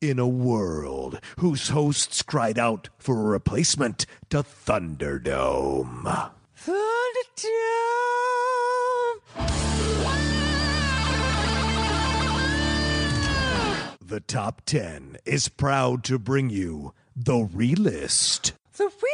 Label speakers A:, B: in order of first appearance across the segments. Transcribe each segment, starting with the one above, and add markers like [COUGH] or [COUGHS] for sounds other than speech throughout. A: in a world whose hosts cried out for a replacement to Thunderdome. The Top 10 is proud to bring you The Realist.
B: The realist.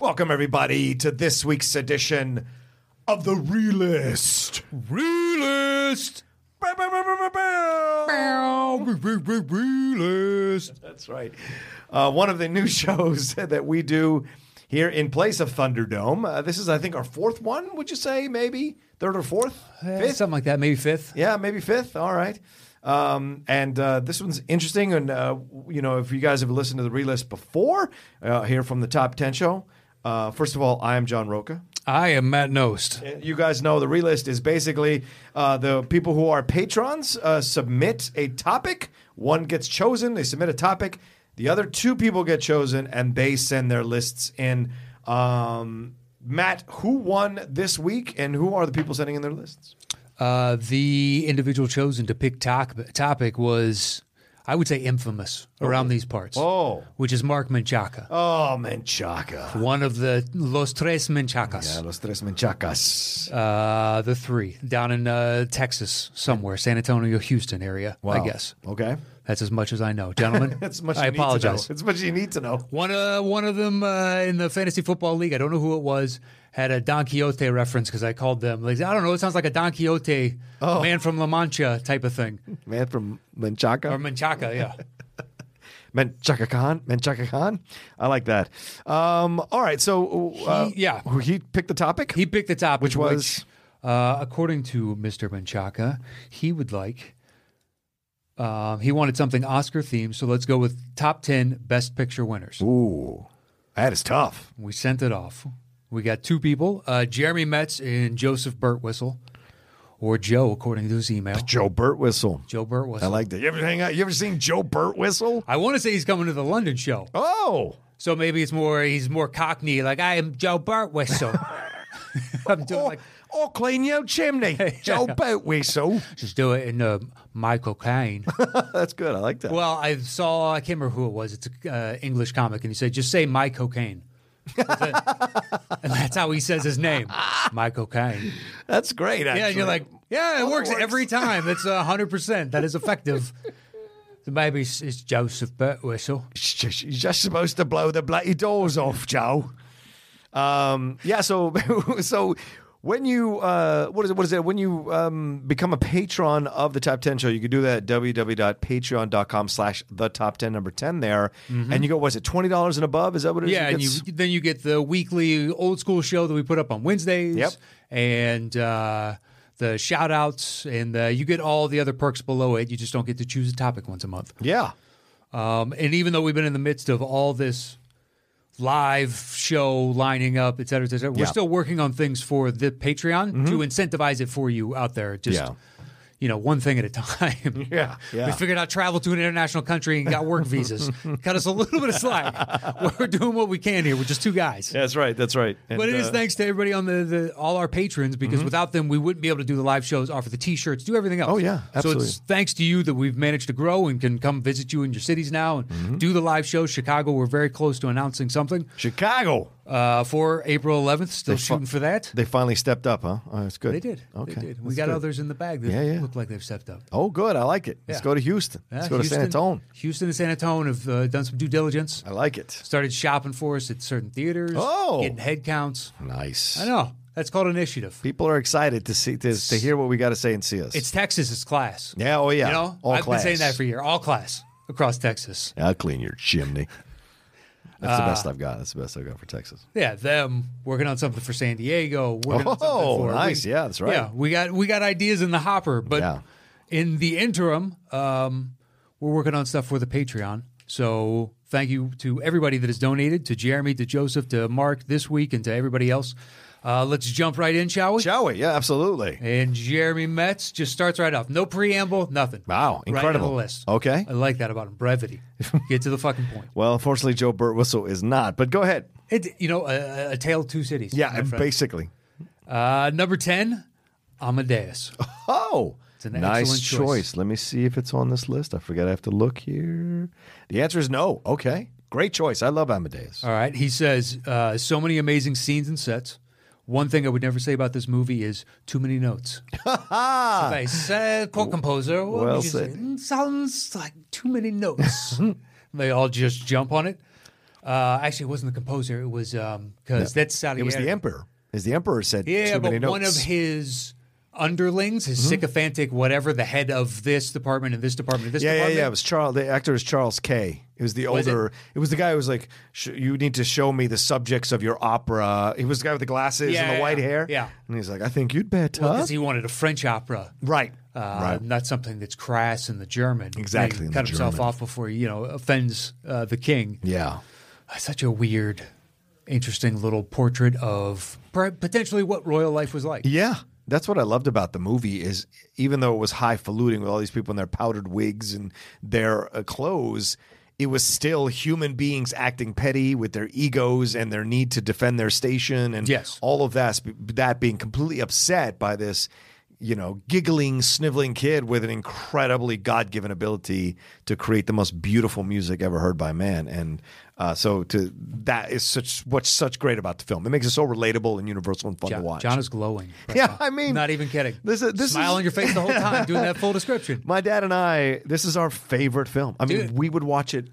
A: Welcome, everybody, to this week's edition of The Realist. Realist! Bow, bow, bow, bow, bow, bow. Re- re- re- Realist. That's right. Uh, one of the new [LAUGHS] shows that we do here in place of Thunderdome. Uh, this is, I think, our fourth one, would you say, maybe? Third or fourth?
C: Eh, Something like that, maybe fifth.
A: Yeah, maybe fifth. All right. Um, and uh, this one's interesting. And, uh, you know, if you guys have listened to the relist before, uh, here from the Top 10 show, uh, first of all, I am John Roca.
C: I am Matt Nost.
A: And You guys know the relist is basically uh, the people who are patrons uh, submit a topic. One gets chosen, they submit a topic. The other two people get chosen, and they send their lists in. Um, Matt, who won this week, and who are the people sending in their lists?
C: Uh, the individual chosen to pick top- topic was, I would say, infamous around these parts.
A: Oh.
C: Which is Mark Menchaca,
A: Oh, Menchaca.
C: one of the Los Tres Menchacas,
A: Los tres Menchacas.
C: uh, the three, down in uh, Texas somewhere, San Antonio, Houston area, I guess.
A: Oh, Okay.
C: That's as much as I know. Gentlemen, [LAUGHS]
A: That's much.
C: I
A: you need to
C: apologize.
A: know. It's much you need to know.
C: One, uh, one of them uh, in the fantasy football league, I don't know who it was, had a Don Quixote reference because I called them. Like, I don't know, it sounds like a Don Quixote
A: Oh.
C: man from La Mancha type of thing.
A: Man from
C: Or
A: Menchaca.
C: Menchaca, yeah.
A: Menchaca Khan. Menchaca Khan. I like that. Um, all right. So, uh,
C: He- yeah.
A: who- he picked the topic.
C: He picked the topic,
A: Which was?
C: uh, according to Mr. Menchaca, he would like. Um, he wanted something Oscar themed, so let's go with top 10 best picture winners.
A: Ooh, that is tough.
C: We sent it off. We got two people uh, Jeremy Metz and Joseph Burtwhistle, or Joe, according to his email.
A: Joe Birtwistle.
C: Joe Burtwhistle.
A: I like that. You ever hang out? You ever seen Joe Birtwistle?
C: I want to say he's coming to the London show.
A: Oh,
C: So maybe it's more he's more cockney, like I am Joe Burtwhistle. [LAUGHS] I'm doing
A: or,
C: like
A: or Oh, clean your
C: [LAUGHS]
A: chimney, Joe Birtwistle.
C: just do it in uh, Michael Caine.
A: [LAUGHS] That's good. I like that.
C: well, I saw I can't remember who it was. It's an uh, English comic, and he said just say my cocaine. That's it. and that's how he says his name, my cocaine.
A: That's great. Actually.
C: Yeah, and you're like, yeah, it
A: That
C: works,
A: works.
C: every time. That's hundred percent. That is effective. so maybe it's, it's Joseph Burtwhistle.
A: It's just- You're just supposed to blow the bloody doors off, Joe. Um, yeah. So, [LAUGHS] so when you uh, what is it? What is it? When you um, become a patron of the Top Ten Show, you can do that at www.patreon.com/slash the Top Ten number ten there, and you go. What's it? Twenty dollars and above? Is that what it is?
C: Mm-hmm. Yeah, and you,
A: It's-
C: then you get the weekly old school show that we put up on Wednesdays.
A: Yep.
C: And uh, the shout outs, and uh, you get all the other perks below it. You just don't get to choose a topic once a month.
A: yeah.
C: Um, and even though we've been in the midst of all this live show lining up, et cetera, et cetera, we're
A: Yeah. Mm-hmm.
C: still working on things for the Patreon to incentivize it for you out there. Just,
A: Yeah.
C: you know, one thing at a [LAUGHS] time.
A: [LAUGHS] Yeah, yeah.
C: We figured out travel to an international country and got
A: [LAUGHS]
C: work visas. Cut us a little bit of slack. We're doing what we can here. We're just two guys.
A: That's right. That's right. And,
C: But it is
A: uh, Mm-hmm.
C: thanks to everybody on the, the all our patrons because without them we wouldn't be able to do the live shows, offer the T-shirts, do everything else.
A: Oh, yeah,
C: So
A: absolutely.
C: it's thanks to you that we've managed to grow and can come visit you in your cities now and
A: Mm-hmm.
C: do the live shows. Chicago, we're very close to announcing something
A: Chicago.
C: uh, for April 11th. Still
A: fu-
C: shooting for that.
A: They finally stepped up, huh? Oh, it's good.
C: They did.
A: Okay.
C: They did. We
A: That's
C: got
A: good.
C: others in the bag that
A: Yeah, yeah.
C: look like they've stepped up.
A: Oh, good. I like it. Let's
C: Yeah.
A: go to Houston. Let's
C: Yeah,
A: go to San
C: Houston-
A: Antonio.
C: Houston and San Antonio have uh, done some due diligence.
A: I like it.
C: Started shopping for us at certain theaters.
A: Oh.
C: getting head counts.
A: Nice.
C: I know that's called initiative.
A: People are excited to see to, to hear what we got to say and see us.
C: It's Texas. It's class.
A: yeah, oh yeah.
C: You know,
A: All
C: I've
A: class.
C: been saying that for a year. All class across Texas.
A: I'll clean your chimney. That's the best
C: Uh,
A: I've got. That's the best I've got for Texas.
C: Yeah, them working on something for San Diego. Working on
A: Oh,
C: something for
A: nice. Yeah, that's right.
C: Yeah, we got we got ideas in the hopper, but
A: Yeah.
C: in the interim, um, we're working on stuff for the Patreon. So thank you to everybody that has donated to Jeremy, to Joseph, to Mark this week, and to everybody else. Uh, Uh, let's jump right in, shall we?
A: Shall we? Yeah, absolutely.
C: and Jeremy Metz just starts right off. No preamble, nothing.
A: Wow,
C: Right on
A: incredible.
C: the list.
A: Okay.
C: I like that about
A: [LAUGHS]
C: him. Brevity. Get to the fucking point.
A: Well, unfortunately, Joe Burtwhistle is not, but go ahead.
C: It, you know, a, a- a tale of two cities.
A: Yeah,
C: my friend.
A: basically.
C: Uh, number 10,
A: [LAUGHS]
C: Amadeus.
A: Oh, it's
C: an
A: nice
C: excellent
A: choice.
C: choice.
A: Let me see if it's on this list. I forgot I have to look here. The answer is no. Okay. Great choice. I love Amadeus.
C: All right. He says, uh, so many amazing scenes and sets. One thing I would never say about this movie is too
A: [LAUGHS]
C: many notes. I said, co-composer, what
A: Well
C: would you say?
A: said. Hmm.
C: Mm, Sounds like too
A: [LAUGHS]
C: many notes. they all just jump on it. Uh, actually, it wasn't the composer. It was because that's Saudi.
A: It was the
C: Arabia.
A: emperor. Is the emperor said
C: Yeah,
A: too
C: but
A: many notes? Mm-hmm.
C: one of his underlings, his sycophantic, whatever, the head of this department and this department and this
A: yeah, yeah,
C: department.
A: yeah. It was Charles. The actor is Charles K. It was the
C: Was it?
A: older. It? was the guy who was like, sh- "You need to show me the subjects of your opera." He was the guy with the glasses
C: Yeah,
A: and the
C: yeah,
A: white
C: yeah.
A: hair.
C: Yeah.
A: and he's like, "I think you'd better."
C: Because he wanted a French opera.
A: right,
C: Uh,
A: right.
C: Not something that's crass in the German.
A: Exactly,
C: He
A: in the
C: cut himself
A: German.
C: off before he, you know offends uh, the king. Uh,
A: Yeah,
C: Such a weird, interesting little portrait of per- potentially what royal life was like.
A: yeah. That's what I loved about the movie is even though it was highfalutin with all these people in their powdered wigs and their uh, clothes, it was still human beings acting petty with their egos and their need to defend their station and
C: Yes.
A: all of that that being completely upset by this you know giggling sniveling kid with an incredibly god-given ability to create the most beautiful music ever heard by man and uh, so to that is such what's such great about the film it makes it so relatable and universal and fun to
C: John,
A: watch
C: John is glowing. right
A: Yeah,
C: now.
A: I mean,
C: not even kidding.
A: this is- this
C: smile
A: is-
C: on your face the whole time doing that full description.
A: my dad and i this is our favorite film i mean
C: Dude.
A: we would watch it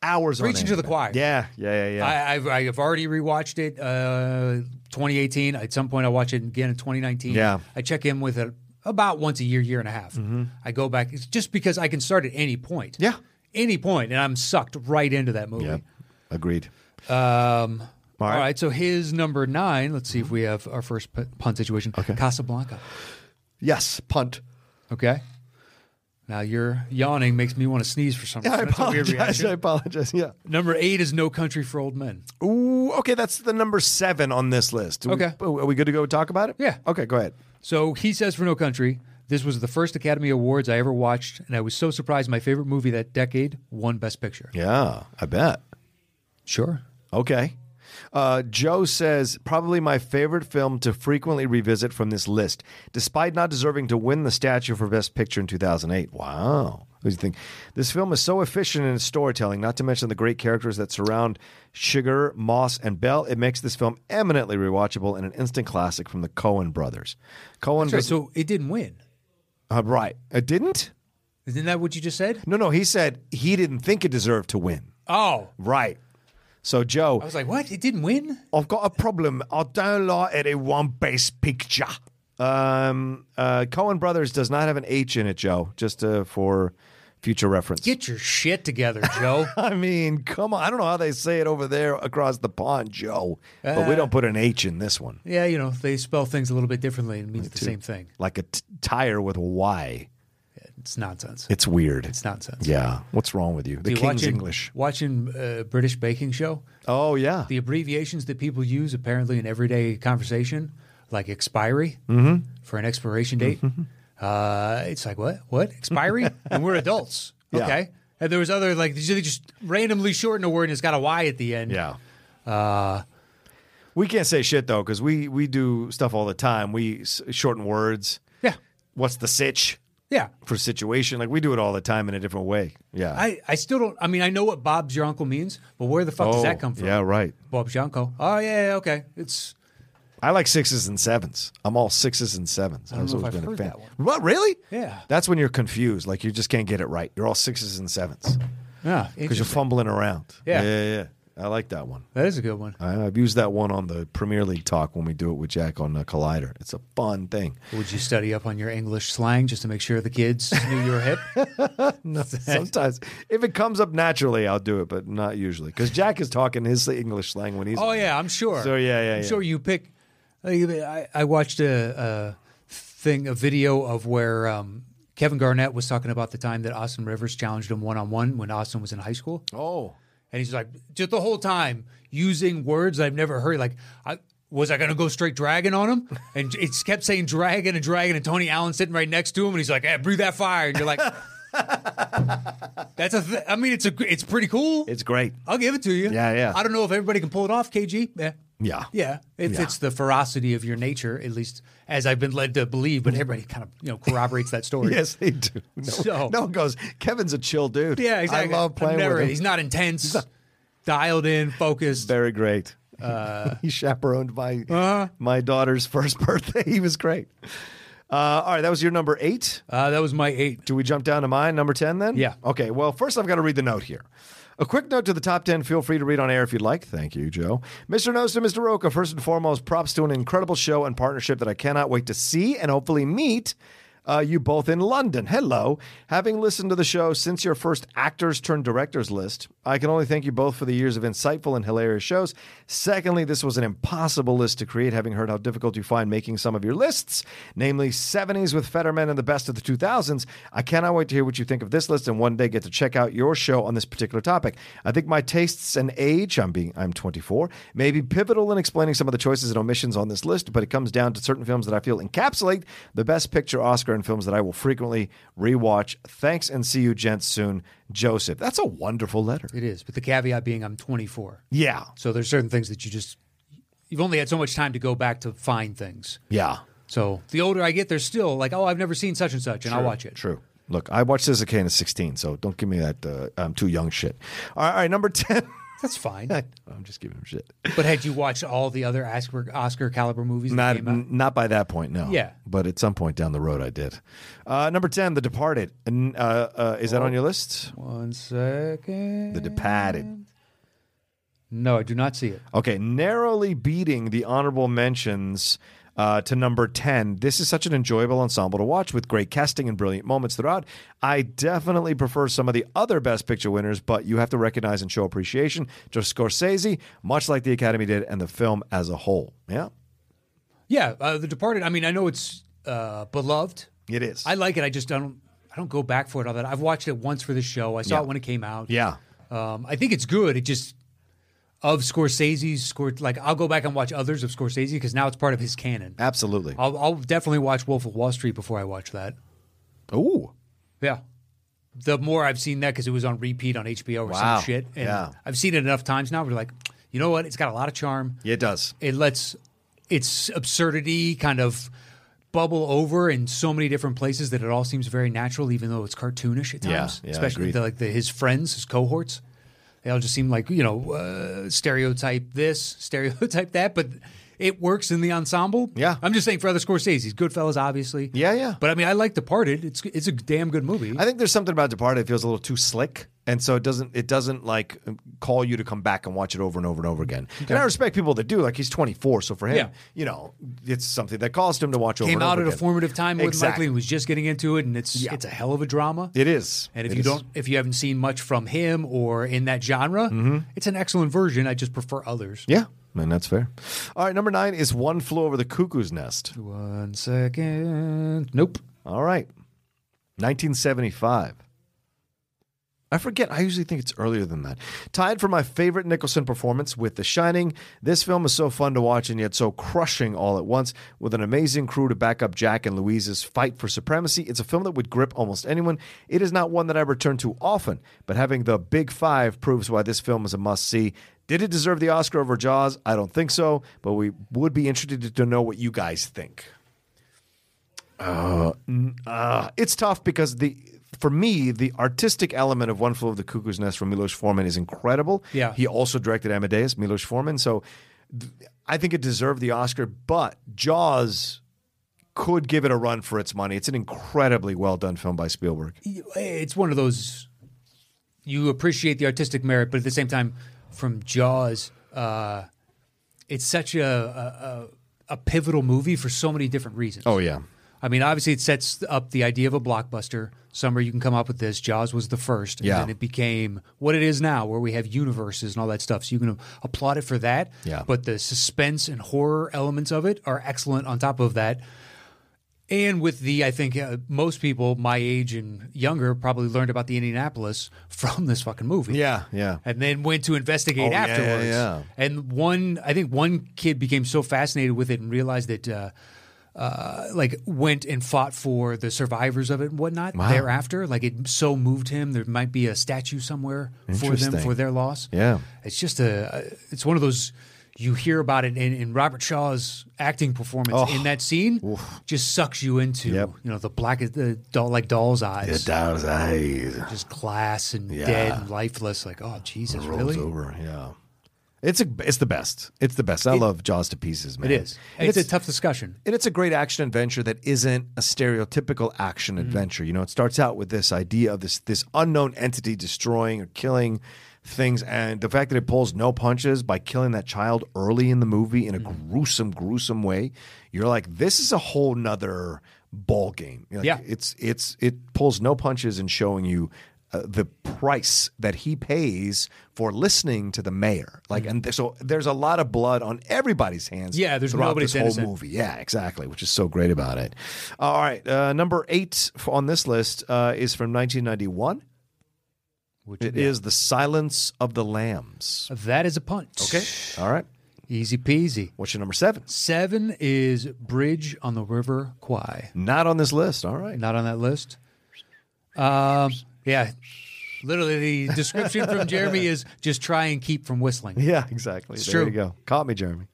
A: hours on
C: Preaching to
A: end.
C: the choir.
A: yeah yeah yeah yeah
C: I, I've, I've already rewatched it. Uh, 2018. At some point, I watch it again in 2019.
A: Yeah. Mm-hmm.
C: I check in with it about once a year, year and a half. I go back it's just because I can start at any point.
A: Yeah.
C: any point, and I'm sucked right into that movie.
A: yeah agreed
C: Um, all
A: right. Mm-hmm.
C: right. So his number nine. Let's see if we have our first p- pun situation. Okay. Casablanca.
A: yes punt
C: Okay. Now your yawning makes me want to sneeze for some reason.
A: I
C: That's a weird
A: apologize. [LAUGHS] I
C: reaction.
A: apologize. Yeah.
C: Number eight is No Country for Old Men.
A: Ooh, okay, that's the number seven on this list. Do we-
C: Okay.
A: are we good to go talk about it?
C: Yeah.
A: Okay, go ahead.
C: So he says for No Country, this was the first Academy Awards I ever watched, and I was so surprised my favorite movie that decade won Best Picture.
A: Yeah, I bet.
C: Sure.
A: Okay. Uh, Joe says, probably my favorite film to frequently revisit from this list, despite not deserving to win the statue for Best Picture in 2008. Wow. What do you think? This film is so efficient in its storytelling, not to mention the great characters that surround Sugar, Moss, and Bell. It makes this film eminently rewatchable and an instant classic from the Cohen brothers. Cohen,
C: Sorry, so it didn't win.
A: uh, right? It didn't.
C: Isn't that what you just said?
A: No, no, he said he didn't think it deserved to win.
C: Oh.
A: Right. So, Joe,
C: I was like, what? It didn't win?
A: I've got a problem. I don't like it in one base picture. Um, uh, Cohen Brothers does not have an H in it, Joe, just uh, for future reference. [LAUGHS]
C: Get your shit [LAUGHS] together, Joe.
A: I mean, come on. I don't know how they say it over there across the pond, Joe, but we don't put an H in this one.
C: yeah, you know, they spell things a little bit differently and it means the same thing.
A: Like a t- tire with a Y.
C: It's nonsense.
A: It's weird.
C: It's nonsense.
A: yeah. What's wrong with you? The
C: Dude,
A: King's
C: watching,
A: English.
C: Watching uh, British baking show,
A: Oh, yeah.
C: the abbreviations that people use apparently in everyday conversation, like expiry
A: Mm-hmm.
C: for an expiration date. Uh, it's like what? What
A: [LAUGHS]
C: expiry? and we're adults,
A: Yeah.
C: okay? And there was other like they just randomly shorten a word and it's got a Y at the end.
A: Yeah. Uh, we can't say shit though because we we do stuff all the time. We s- shorten words.
C: yeah,
A: What's the sitch
C: yeah.
A: for situation? Like we do it all the time in a different way. Yeah.
C: I, I still don't. I mean, I know what Bob's your uncle means, but where the fuck does that come from?
A: Oh, Yeah, right.
C: Bob's your uncle. Oh yeah, yeah, okay. It's
A: I like sixes and sevens. I'm all sixes and sevens. I
C: don't know if I've heard that
A: What really?
C: Yeah.
A: That's when you're confused. Like you just can't get it right. You're all sixes and sevens
C: yeah,
A: because you're
C: interesting.
A: fumbling around.
C: Yeah.
A: Yeah. yeah. I like that one.
C: that is a good one.
A: I, I've used that one on the Premier League talk when we do it with Jack on the Collider. It's a fun thing.
C: [LAUGHS] Would you study up on your English slang just to make sure the kids knew you were hip?
A: Sometimes, if it comes up naturally, I'll do it, but not usually. Because Jack is talking his English slang when he's.
C: Oh yeah, I'm sure.
A: So, yeah, yeah,
C: I'm
A: yeah.
C: sure you pick. uh, you- I, I watched a, a thing, a video of where um, Kevin Garnett was talking about the time that Austin Rivers challenged him one on one when Austin was in high school,
A: Oh.
C: and he's like, just the whole time using words I've never heard. Like I, was I going to go straight dragon on him? And [LAUGHS] it kept saying dragon and dragon, and Tony Allen sitting right next to him, and he's like, "Hey, breathe that fire," and
A: [LAUGHS]
C: you're like, "That's a. Th- I mean, it's a. gr- It's pretty cool.
A: It's great.
C: I'll give it to you.
A: Yeah, yeah.
C: I don't know if everybody can pull it off, KG. Yeah,
A: Yeah.
C: yeah. It's,
A: Yeah.
C: it's the ferocity of your nature, at least as I've been led to believe. But everybody kind of you know corroborates that [LAUGHS] story.
A: [LAUGHS] Yes, they do. No,
C: So-
A: no one goes, Kevin's a chill dude.
C: Yeah, exactly.
A: I love playing
C: I'm never-
A: with him.
C: He's not intense, dialed in, focused.
A: Very great.
C: Uh,
A: [LAUGHS] he chaperoned my
C: Uh-huh.
A: my daughter's [LAUGHS] first birthday. He was great. Uh, all right, that was your number eight.
C: Uh, that was my eight.
A: Do we jump down to mine, number 10 then?
C: Yeah.
A: Okay, well, first I've got to read the note here. A quick note to the top 10. Feel free to read on air if you'd like. Thank you, Joe. Mr. Nose to Mr. Roca, first and foremost, props to an incredible show and partnership that I cannot wait to see and hopefully meet. Uh, you both in London. Hello. Having listened to the show since your first actors turned directors list, I can only thank you both for the years of insightful and hilarious shows. Secondly, this was an impossible list to create, having heard how difficult you find making some of your lists, namely 70s with Fetterman and the best of the 2000s. I cannot wait to hear what you think of this list and one day get to check out your show on this particular topic. I think my tastes and age, I'm being I'm 24, may be pivotal in explaining some of the choices and omissions on this list, but it comes down to certain films that I feel encapsulate the best picture Oscar and films that I will frequently rewatch. Thanks and see you gents soon, Joseph. That's a wonderful letter.
C: It is, but the caveat being I'm 24.
A: Yeah.
C: So there's certain things that you just you've only had so much time to go back to find things.
A: Yeah.
C: So the older I get, there's still like, oh, I've never seen such and such, and I'll watch it.
A: True. Look, I watched this at Kane at 16, so don't give me that uh, I'm too young shit. All right, all right number [LAUGHS] 10.
C: [LAUGHS] That's fine.
A: I'm just giving him shit.
C: [LAUGHS] but had you watched all the other Oscar, Oscar caliber movies that
A: Not
C: came out?
A: n- not by that point, no.
C: Yeah.
A: but at some point down the road, I did. Uh, number ten, The Departed. And, uh, uh, is that on your list?
C: One second.
A: The Departed.
C: No, I do not see it.
A: Okay, narrowly beating the honorable mentions uh, to number 10. This is such an enjoyable ensemble to watch with great casting and brilliant moments throughout. I definitely prefer some of the other Best Picture winners, but you have to recognize and show appreciation to Scorsese, much like the Academy did, and the film as a whole. Yeah,
C: Yeah, uh, The Departed. I mean, I know it's uh, beloved.
A: it is.
C: I like it. I just don't. I don't go back for it all that. I've watched it once for the show. I saw it when it came out.
A: yeah.
C: Um, I think it's good. It just of Scorsese's score. Like I'll go back and watch others of Scorsese because now it's part of his canon.
A: Absolutely.
C: I'll, I'll definitely watch Wolf of Wall Street before I watch that.
A: Ooh.
C: Yeah. The more I've seen that because it was on repeat on HBO or
A: Wow.
C: some shit. And
A: Yeah.
C: I've seen it enough times now. We're like, you know what? It's got a lot of charm.
A: Yeah, it does.
C: It lets its absurdity kind of bubble over in so many different places that it all seems very natural, even though it's cartoonish at
A: Yeah,
C: times.
A: yeah,
C: especially
A: agreed.
C: the, like the, his friends, his cohorts. They all just seem like you know uh, stereotype this, [LAUGHS] stereotype that, but it works in the ensemble.
A: Yeah.
C: I'm just saying for other Scorsese's, Goodfellas, obviously.
A: Yeah, yeah.
C: But I mean, I like Departed. It's it's a damn good movie.
A: I think there's something about Departed that feels a little too slick, and so it doesn't it doesn't like um, call you to come back and watch it over and over and over again. And I respect people that do. Like he's 24, so for him,
C: Yeah.
A: you know, it's something that caused him to watch over.
C: Came
A: and
C: out
A: over
C: at a
A: again.
C: formative time with
A: Exactly.
C: exactly. and was just getting into it, and it's it's a hell of a drama.
A: It is,
C: And if
A: It
C: you
A: is.
C: don't, if you haven't seen much from him or in that genre,
A: Mm-hmm.
C: it's an excellent version. I just prefer others.
A: yeah, man, that's fair. All right, number nine is One Flew Over the Cuckoo's Nest.
C: One second. Nope.
A: All right, 1975. I forget. I usually think it's earlier than that. Tied for my favorite Nicholson performance with The Shining, this film is so fun to watch and yet so crushing all at once. With an amazing crew to back up Jack and Louise's fight for supremacy, it's a film that would grip almost anyone. It is not one that I return to often, but having the Big Five proves why this film is a must see. Did it deserve the Oscar over Jaws? I don't think so, but we would be interested to know what you guys think. Uh, it's tough because the for me the artistic element of One Flew Over the Cuckoo's Nest from Milos Forman is incredible.
C: Yeah.
A: he also directed Amadeus, Milos Forman. So th- I think it deserved the Oscar, but Jaws could give it a run for its money. It's an incredibly well done film by Spielberg.
C: It's one of those you appreciate the artistic merit, but at the same time, from Jaws, uh, it's such a, a a- a pivotal movie for so many different reasons.
A: Oh, yeah,
C: I mean, obviously, it sets up the idea of a blockbuster. Somewhere you can come up with this. Jaws was the first, and
A: Yeah.
C: then it became what it is now, where we have universes and all that stuff. So you can applaud it for that.
A: Yeah.
C: But the suspense and horror elements of it are excellent. On top of that, And with the, I think uh, most people my age and younger probably learned about the Indianapolis [LAUGHS] from this fucking movie.
A: Yeah, yeah.
C: And then went to investigate
A: Oh, yeah, yeah,
C: afterwards.
A: yeah.
C: And one, I think one kid became so fascinated with it and realized that, uh, uh, like, went and fought for the survivors of it and whatnot thereafter. Like, it so moved him. There might be a statue somewhere for them
A: Interesting.
C: for their loss.
A: Yeah.
C: It's just a, it's one of those. You hear about it in, in Robert Shaw's acting performance in that scene, just sucks you into
A: Oh. Yep.
C: you know the black the doll like doll's eyes,
A: doll's eyes
C: just glass and
A: Yeah.
C: dead and lifeless. Like oh Jesus, really?
A: over. Yeah, it's a, it's the best. It's the best. I love Jaws to pieces, man.
C: It is.
A: And
C: It's,
A: it's
C: a tough discussion.
A: and it's a great action adventure that isn't a stereotypical action adventure. You know, it starts out with this idea of this this unknown entity destroying or killing things, and the fact that it pulls no punches by killing that child early in the movie in a gruesome, gruesome way. You're like, this is a whole nother ball game. You're like,
C: Yeah.
A: it's it's it pulls no punches in showing you. Uh, the price that he pays for listening to the mayor, like, and th- so there's a lot of blood on everybody's hands.
C: Yeah, there's
A: throughout
C: nobody
A: this whole
C: innocent.
A: movie movie. Yeah, exactly, which is so great about it. All right, uh, number eight f- on this list uh, is from 1991.
C: Which
A: It is The Silence of the Lambs.
C: that is a punt.
A: Okay. All right.
C: easy peasy.
A: What's your number seven?
C: Seven is Bridge on the River Kwai.
A: Not on this list. All right.
C: Not on that list. Um, yeah, literally the description from Jeremy is just try and keep from
A: [LAUGHS]
C: whistling.
A: Yeah, exactly. there
C: true.
A: you go. Caught me, Jeremy.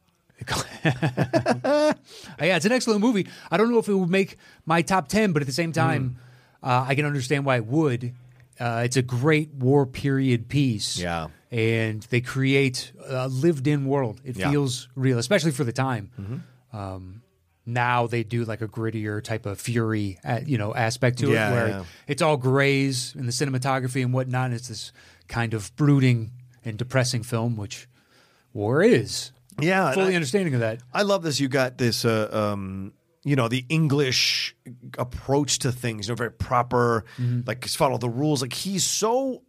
C: [LAUGHS] yeah, it's an excellent movie. I don't know if it would make my top ten, but at the same
A: Hmm.
C: time, uh, I can understand why it would. Uh, it's a great war period piece.
A: Yeah.
C: and they create a lived-in world. It
A: Yeah. Mm-hmm.
C: feels real, especially for the time. Um, now they do like a grittier type of fury, uh, you know, aspect to
A: Yeah,
C: it, where
A: yeah.
C: it's all grays in the cinematography and whatnot. And it's this kind of brooding and depressing film, which war is.
A: Yeah, and
C: fully
A: I-
C: understanding of that.
A: I love this. You got this, uh, um, you know, the English approach to things, you know, very proper, like just follow the rules. Like he's so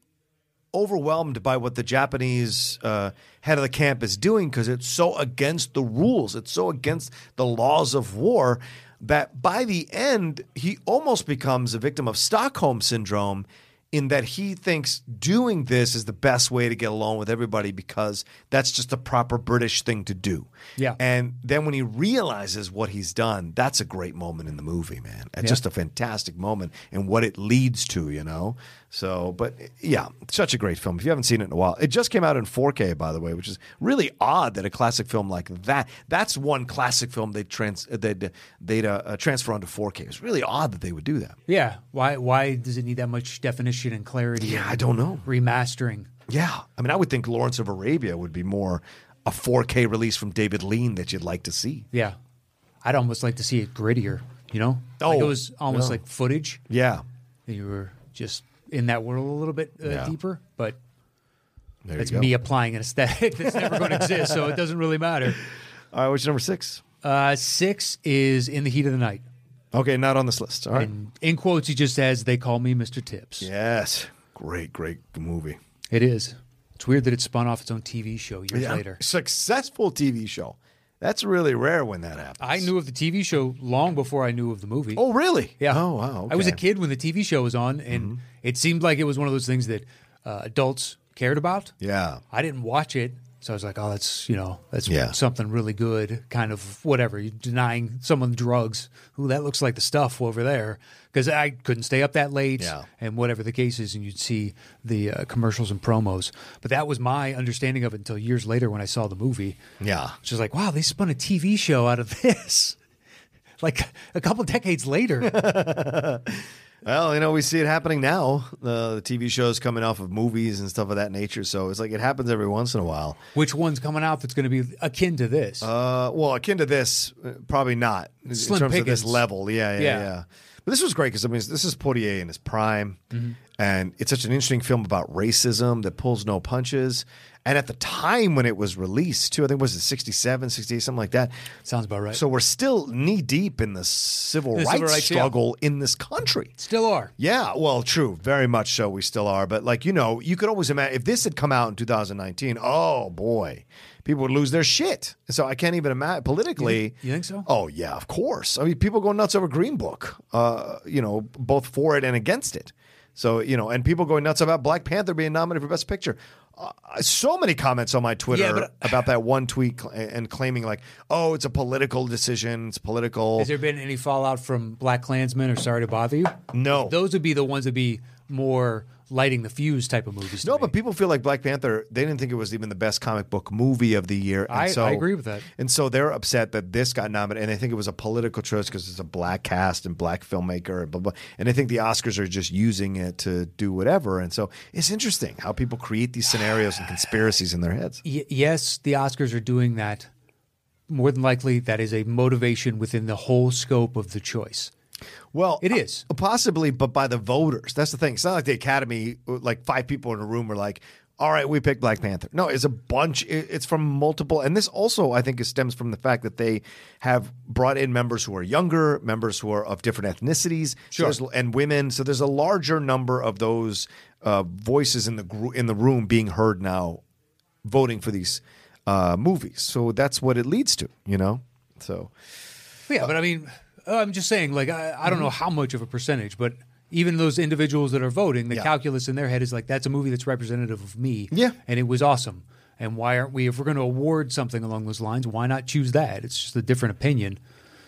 A: overwhelmed by what the Japanese uh, head of the camp is doing because it's so against the rules, it's so against the laws of war that by the end, he almost becomes a victim of Stockholm syndrome. In that he thinks doing this is the best way to get along with everybody because that's just the proper British thing to do.
C: Yeah.
A: And then when he realizes what he's done, that's a great moment in the movie, man. It's Just a fantastic moment and what it leads to, you know? So, but yeah, such a great film. If you haven't seen it in a while, it just came out in 4K, by the way, which is really odd that a classic film like that, that's one classic film they'd, trans, they'd, they'd uh, uh, transfer onto 4K. It's really odd that they would do that.
C: Yeah. Why why does it need that much definition and clarity?
A: Yeah,
C: and
A: I don't know.
C: Remastering.
A: Yeah. I mean, I would think Lawrence of Arabia would be more a 4K release from David Lean that you'd like to see.
C: Yeah. I'd almost like to see it grittier, you know? like it
A: Oh,
C: was almost
A: yeah.
C: like footage.
A: Yeah.
C: You were just in that world a little bit uh,
A: Yeah.
C: deeper, but
A: There
C: that's
A: you go.
C: me applying an aesthetic [LAUGHS] that's never going to exist, so it doesn't really matter.
A: [LAUGHS] All right, what's your number six?
C: Uh, six is In the Heat of the Night.
A: Okay, not on this list. All right.
C: And in quotes, he just says, They call me Mr. Tips.
A: Yes. Great, great movie.
C: It is. It's weird that it spun off its own TV show years later.
A: Successful TV show. That's really rare when that happens.
C: I knew of the TV show long before I knew of the movie.
A: Oh, really?
C: Yeah.
A: Oh, wow.
C: I was a
A: okay. Mm-hmm.
C: kid when the TV show was on, and it seemed like it was one of those things that uh, adults cared about.
A: Yeah.
C: I didn't watch it, so I was like, "Oh, that's you know, that's
A: Yeah.
C: something really good." Kind of whatever. You're denying someone drugs. Ooh, that looks like the stuff over there. Because I couldn't stay up that late,
A: Yeah.
C: and whatever the case is, and you'd see the uh, commercials and promos. But that was my understanding of it until years later when I saw the movie.
A: Yeah.
C: Which is like, wow, they spun a TV show out of [LAUGHS] this. like a couple decades later.
A: Well, you know, we see it happening now. Uh, the TV shows coming off of movies and stuff of that nature. So it's like it happens every once in a while.
C: Which one's coming out that's going to be akin to this?
A: Uh, well, akin to this, uh, probably not in
C: Slim
A: terms of
C: pickings.
A: this level. Yeah, yeah, yeah.
C: Yeah.
A: But this was great because I mean, this is Poitier
C: Mm-hmm.
A: in his prime, and it's such an interesting film about racism that pulls no punches. And at the time when it was released, too, I think it was it 67, 68, something like that.
C: Sounds about right.
A: So we're still knee deep in the civil
C: The
A: rights
C: civil rights, yeah.
A: struggle in this country.
C: Still are.
A: Yeah, well, true, very much so. We still are, but like you know, you could always imagine if this had come out in 2019. Oh boy, people would lose their shit. So I can't even imagine politically.
C: You think- you think so?
A: Oh yeah, of course. I mean, people go nuts over Green Book. Uh, you know, both for it and against it. So you know, and people going nuts about Black Panther being nominated for Best Picture. Uh, so many comments on my Twitter
C: Yeah, but-
A: about that one tweet cl- and claiming like, "Oh, it's a political decision. It's political."
C: Has there been any fallout from Black Klansmen or Sorry to Bother You?
A: no,
C: Those would be the ones that be more lighting the fuse type of movies. to
A: No,
C: me.
A: but people feel like Black Panther. They didn't think it was even the best comic book movie of the year. And
C: I-
A: so,
C: I agree with that.
A: And so they're upset that this got nominated, and they think it was a political choice because it's a black cast and black filmmaker and blah blah. And they think the Oscars are just using it to do whatever. And so it's interesting how people create these scenarios and conspiracies in their heads.
C: Y- yes, the Oscars are doing that. More than likely, that is a motivation within the whole scope of the choice.
A: Well,
C: It is.
A: uh, possibly, but by the voters. That's the thing. It's not like the Academy, uh, like five people in a room are like, "All right, we picked Black Panther." No, it's a bunch. It- It's from multiple, and this also, I think, is stems from the fact that they have brought in members who are younger, members who are of different ethnicities, sure. and women. So there's a larger number of those uh, voices in the gr- in the room being heard now, voting for these uh, movies. So that's what it leads to, you know. So.
C: Yeah, but I mean, uh, I'm just saying, like, I, I don't
A: Mm-hmm.
C: know how much of a percentage, but even those individuals that are voting, the
A: Yeah.
C: calculus in their head is like, that's a movie that's representative of me.
A: Yeah.
C: And it was awesome. And why aren't we, if we're going to award something along those lines, why not choose that? It's just a different opinion.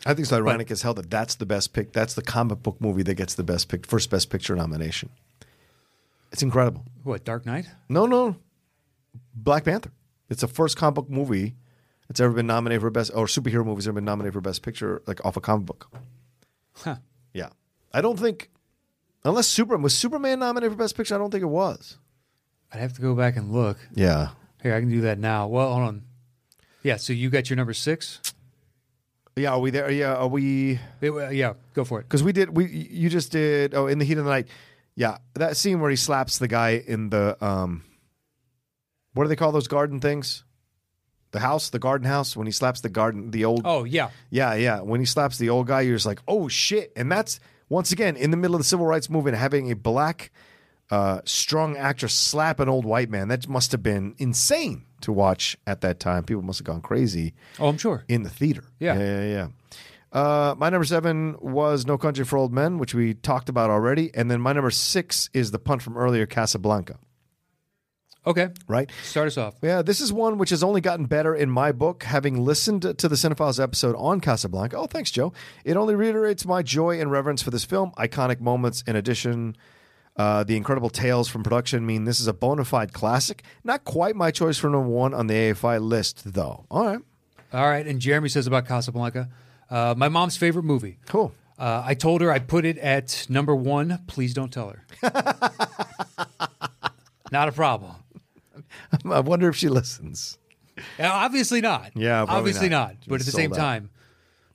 A: I think it's ironic as hell that that's the best pick. That's the comic book movie that gets the best pick, first best picture nomination. It's incredible.
C: What, Dark Knight?
A: No, no, Black Panther. It's the first comic book movie that's ever been nominated for best, or superhero movies that have been nominated for best picture, like off a comic book.
C: Huh.
A: Yeah, I don't think, unless Superman was Superman nominated for best picture, I don't think it was.
C: I'd have to go back and look.
A: Yeah,
C: Here, I can do that now. Well, hold on. Yeah, so you got your number six?
A: yeah. Are we there? Yeah, are we?
C: It- well, yeah, go for it.
A: Because we did, we you just did. Oh, in the heat of the night. Yeah, that scene where he slaps the guy in the um, what do they call those garden things? The house, the garden house. When he slaps the garden, the old.
C: Oh, yeah.
A: Yeah, yeah. When he slaps the old guy, you're just like, oh shit. And that's once again in the middle of the civil rights movement, having a black, uh, strong actress slap an old white man. That must have been insane to watch at that time. People must have gone crazy
C: Oh, I'm sure.
A: in the theater.
C: Yeah.
A: yeah, yeah. yeah. Uh, my number seven was No Country for Old Men, which we talked about already, and then my number six is the punt from earlier, Casablanca.
C: Okay,
A: Right?
C: start us off.
A: Yeah, this is one which has only gotten better in my book, having listened to the Cinephiles episode on Casablanca. Oh, thanks, Joe. It only reiterates my joy and reverence for this film, iconic moments, in addition. Uh, the incredible tales from production mean this is a bona fide classic. Not quite my choice for number one on the AFI list, though. All right,
C: All right, and Jeremy says about Casablanca, uh, my mom's favorite movie.
A: cool. [LAUGHS]
C: Uh, I told her I put it at number one. Please don't
A: [LAUGHS]
C: tell her. not a problem.
A: I wonder if she listens.
C: Uh, Obviously not.
A: Yeah, probably
C: obviously
A: not.
C: not.
A: She
C: But
A: was
C: at the
A: sold
C: same
A: out.
C: time,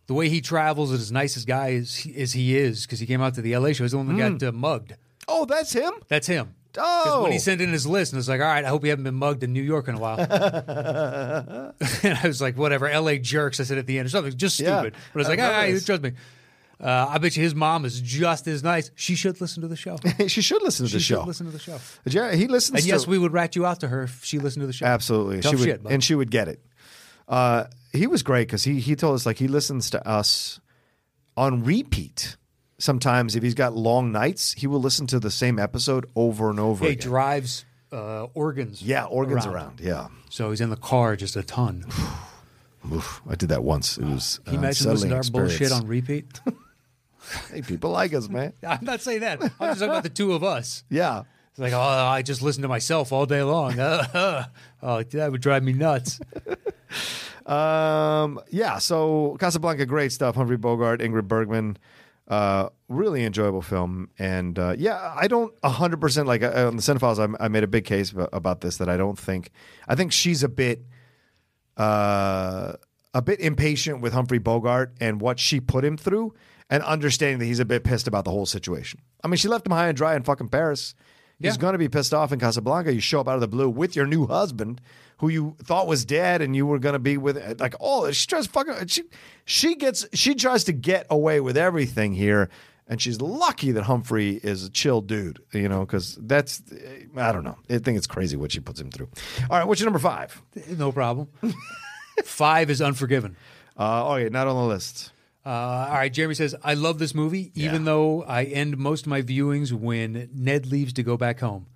C: the way he travels and as nice as guy as he, as he is, because he came out to the LA show, he's the one that got uh, mugged.
A: Oh, that's him.
C: That's him. 'Cause
A: Mm. Oh,
C: When he sent in his list, and it's like, all right, I hope you haven't been mugged in New York in
A: [LAUGHS]
C: a while. and I was like, whatever, LA jerks, I said at the end or something, just
A: Yeah,
C: stupid. But I was
A: I
C: like, all
A: remember
C: right,
A: this.
C: trust me. Uh, I bet you his mom is just as nice. She should listen to the show.
A: [LAUGHS]
C: She
A: she should listen to the
C: should
A: show.
C: listen to the show.
A: Yeah, he listens.
C: And
A: to
C: yes, we would rat you out to her if she listened to the show.
A: absolutely.
C: Tough
A: she would,
C: shit, bud.
A: and she would get it. Uh, he was great because he he told us like he listens to us on repeat. Sometimes if he's got long nights, he will listen to the same episode over and over.
C: He
A: again.
C: drives uh, organs.
A: yeah, organs around. Uh, Yeah,
C: So he's in the car just a ton. Can
A: Oof, I did that once. It was uh,
C: you
A: an
C: imagine listening to our
A: unsettling
C: bullshit
A: experience.
C: on repeat?
A: [LAUGHS] Hey, people like us,
C: [LAUGHS]
A: man.
C: I'm not saying that. I'm just talking about the two of us.
A: Yeah.
C: It's like, oh, I just listen to myself all day long. oh, that would drive me nuts.
A: Um, yeah, so Casablanca, great stuff. Humphrey Bogart, Ingrid Bergman, uh, really enjoyable film. And uh, yeah, I don't 100% like uh, on the Cinephiles, I, I made a big case ab- about this that I don't think, I think she's a bit, uh, a bit impatient with Humphrey Bogart and what she put him through and understanding that he's a bit pissed about the whole situation. I mean, she left him high and dry in fucking Paris. He's
C: Yeah.
A: going to be pissed off in Casablanca. You show up out of the blue with your new husband, who you thought was dead, and you were going to be with. Like, oh, she tries to fucking. She she gets she tries to get away with everything here, and she's lucky that Humphrey is a chill dude. You know, because that's I don't know. I think it's crazy what she puts him through. All right, what's your number five?
C: No problem. Five is Unforgiven.
A: Uh, okay, not on the list.
C: Uh, all right, Jeremy says, I love this movie, even
A: Yeah.
C: though I end most of my viewings when Ned leaves to go back home.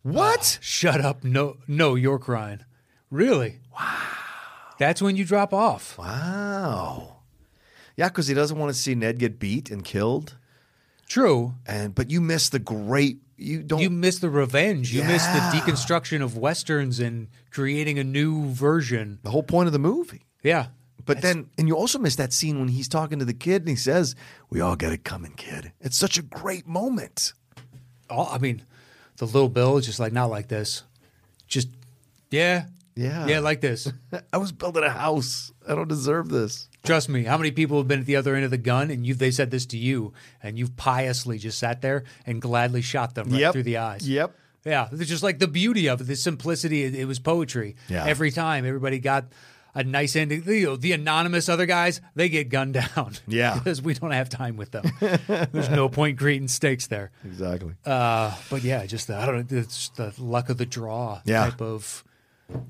A: What?
C: Shut up. No, no, you're crying. Really? Wow. That's when you drop off.
A: Oh, Wow. Yeah, because he doesn't want to see Ned get beat and killed.
C: True.
A: And but you miss the great. You don't.
C: You miss the revenge. You miss the
A: Yeah.
C: deconstruction of Westerns and creating a new version.
A: the whole point of the movie.
C: Yeah.
A: But then, and you also miss that scene when he's talking to the kid and he says, "We all got it coming, kid." It's such a great moment. [LAUGHS]
C: All, I mean, the little Bill is just like, not like this. Just, yeah.
A: Yeah.
C: Yeah, like this. [LAUGHS]
A: I was building a house. I don't deserve this.
C: Trust me, how many people have been at the other end of the gun and you they said this to you and you've piously just sat there and gladly shot them right
A: Yep.
C: through the eyes.
A: Yep.
C: Yeah. It's just like the beauty of it, the simplicity, it, it was poetry.
A: Yeah.
C: Every time everybody got a nice ending. You know, the anonymous other guys, they get gunned [LAUGHS] down.
A: Yeah.
C: Because we don't have time with them. There's no point creating stakes there.
A: Exactly.
C: Uh, but yeah, just the, I don't know, it's the luck of the draw
A: Yeah.
C: type of,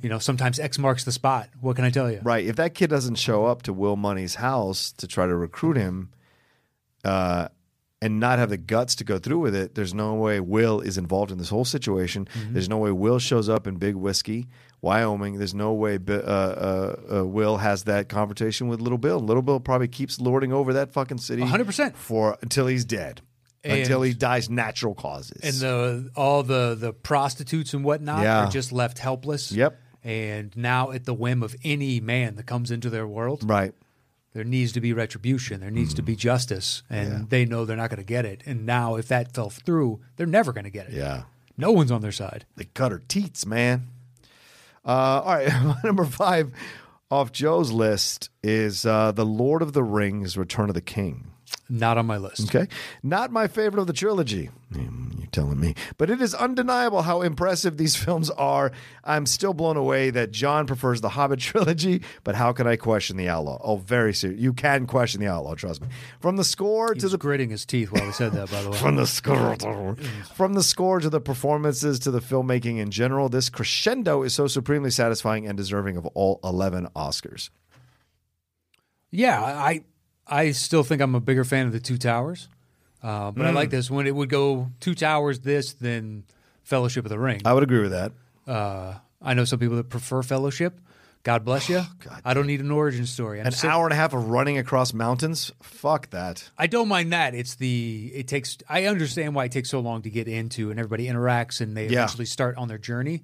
C: you know, sometimes X marks the spot. What can I tell you?
A: Right. If that kid doesn't show up to Will Money's house to try to recruit him, uh, and not have the guts to go through with it, there's no way Will is involved in this whole situation.
C: Mm-hmm.
A: There's no way Will shows up in Big Whiskey, Wyoming. There's no way Bi- uh, uh, uh, Will has that conversation with Little Bill. Little Bill probably keeps lording over that fucking city
C: 100%.
A: for until he's dead,
C: And-
A: until he dies natural causes.
C: and the all the the prostitutes and whatnot
A: Yeah.
C: are just left helpless.
A: Yep.
C: And now at the whim of any man that comes into their world,
A: right.
C: there needs to be retribution. There needs to
A: Mm-hmm.
C: be justice, and they know they're not going to get it. And now, if that fell through, they're never going to get it.
A: Yeah.
C: No one's on their side.
A: They cut her teats, man. Uh, all right, [LAUGHS] my number five off Joe's list is uh, The Lord of the Rings: Return of the King.
C: Not on my list.
A: Okay, not my favorite of the trilogy. Mm, You're telling me, but it is undeniable how impressive these [LAUGHS] films are. I'm still blown away that John prefers the Hobbit [LAUGHS] trilogy, but how can I question the Outlaw? Oh, very serious. You can question the Outlaw. Trust me. From the score
C: He
A: to
C: was
A: the
C: gritting his teeth while he said that.
A: [LAUGHS]
C: By the way,
A: from the score from the score to the performances to the filmmaking in general this crescendo is so supremely satisfying and deserving of all 11 oscars
C: yeah, I I still think I'm a bigger fan of the Two Towers, uh, but I
A: Mm.
C: like this when it would go Two Towers this then Fellowship of the Ring.
A: i would agree with that
C: Uh, I know some people that prefer fellowship. God
A: [SIGHS]
C: bless you. I don't need an origin story. I'm
A: an
C: sick-
A: hour and a half of running across mountains fuck that [LAUGHS]
C: I don't mind that. It's the it takes. I understand why it takes so long to get into, and everybody interacts, and they
A: Yeah.
C: eventually start on their journey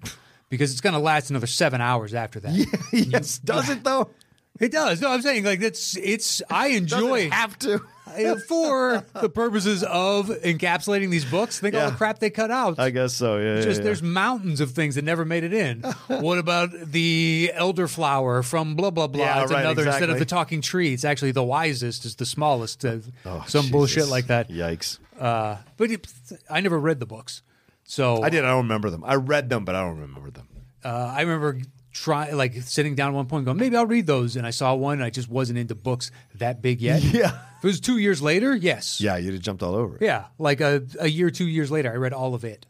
C: because it's going to last another seven hours after that.
A: yes does it though
C: It does. No, I'm saying like that's it's. I
A: does
C: enjoy
A: it have to
C: Uh, for the purposes of encapsulating these books. Think all
A: Yeah.
C: the crap they cut out.
A: i guess so yeah,
C: just there's mountains of things that never made it
A: [LAUGHS]
C: in. what about the elderflower from blah blah blah?
A: Yeah,
C: it's
A: right,
C: another instead
A: exactly. Oh,
C: of the talking tree, it's actually the wisest is the smallest. Uh, some bullshit like that.
A: yikes
C: Uh, but it, I never read the books, so
A: i did i don't remember them i read them but i don't remember them
C: Uh, I remember try like sitting down at one point, going maybe I'll read those, and I saw one. And I just wasn't into books that big yet.
A: [LAUGHS] Yeah.
C: if it was two years later, yes,
A: yeah you'd have jumped all over it
C: yeah, like a a year, two years later, I read all of it.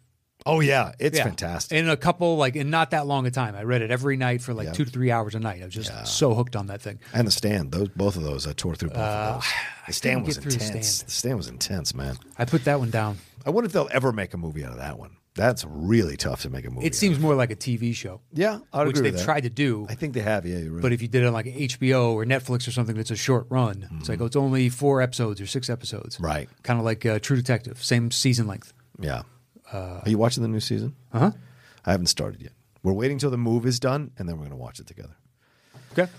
A: oh yeah it's
C: Yeah.
A: fantastic
C: In a couple, like in not that long a time, I read it every night for like two to three hours a night. I was just so hooked on that thing.
A: and the stand those both of those i tore through both
C: [SIGHS]
A: of those the stand
C: Uh, couldn't
A: was
C: get through the
A: intense
C: Stand.
A: the stand was intense man
C: I put that one down.
A: I wonder if they'll ever make a movie out of that one. That's really tough to make a movie.
C: It seems more like a TV show,
A: yeah, I
C: which they've tried to do.
A: I think they have. Yeah, you're right.
C: But if you did it on like HBO or Netflix or something that's a short run, it's like oh, it's only four episodes or six episodes,
A: Mm-hmm. Right.
C: Kind of like uh, True Detective, same season length.
A: yeah. Are you watching the new season?
C: Uh huh.
A: I haven't started yet. We're waiting till the move is done, and then we're gonna watch it together.
C: Okay.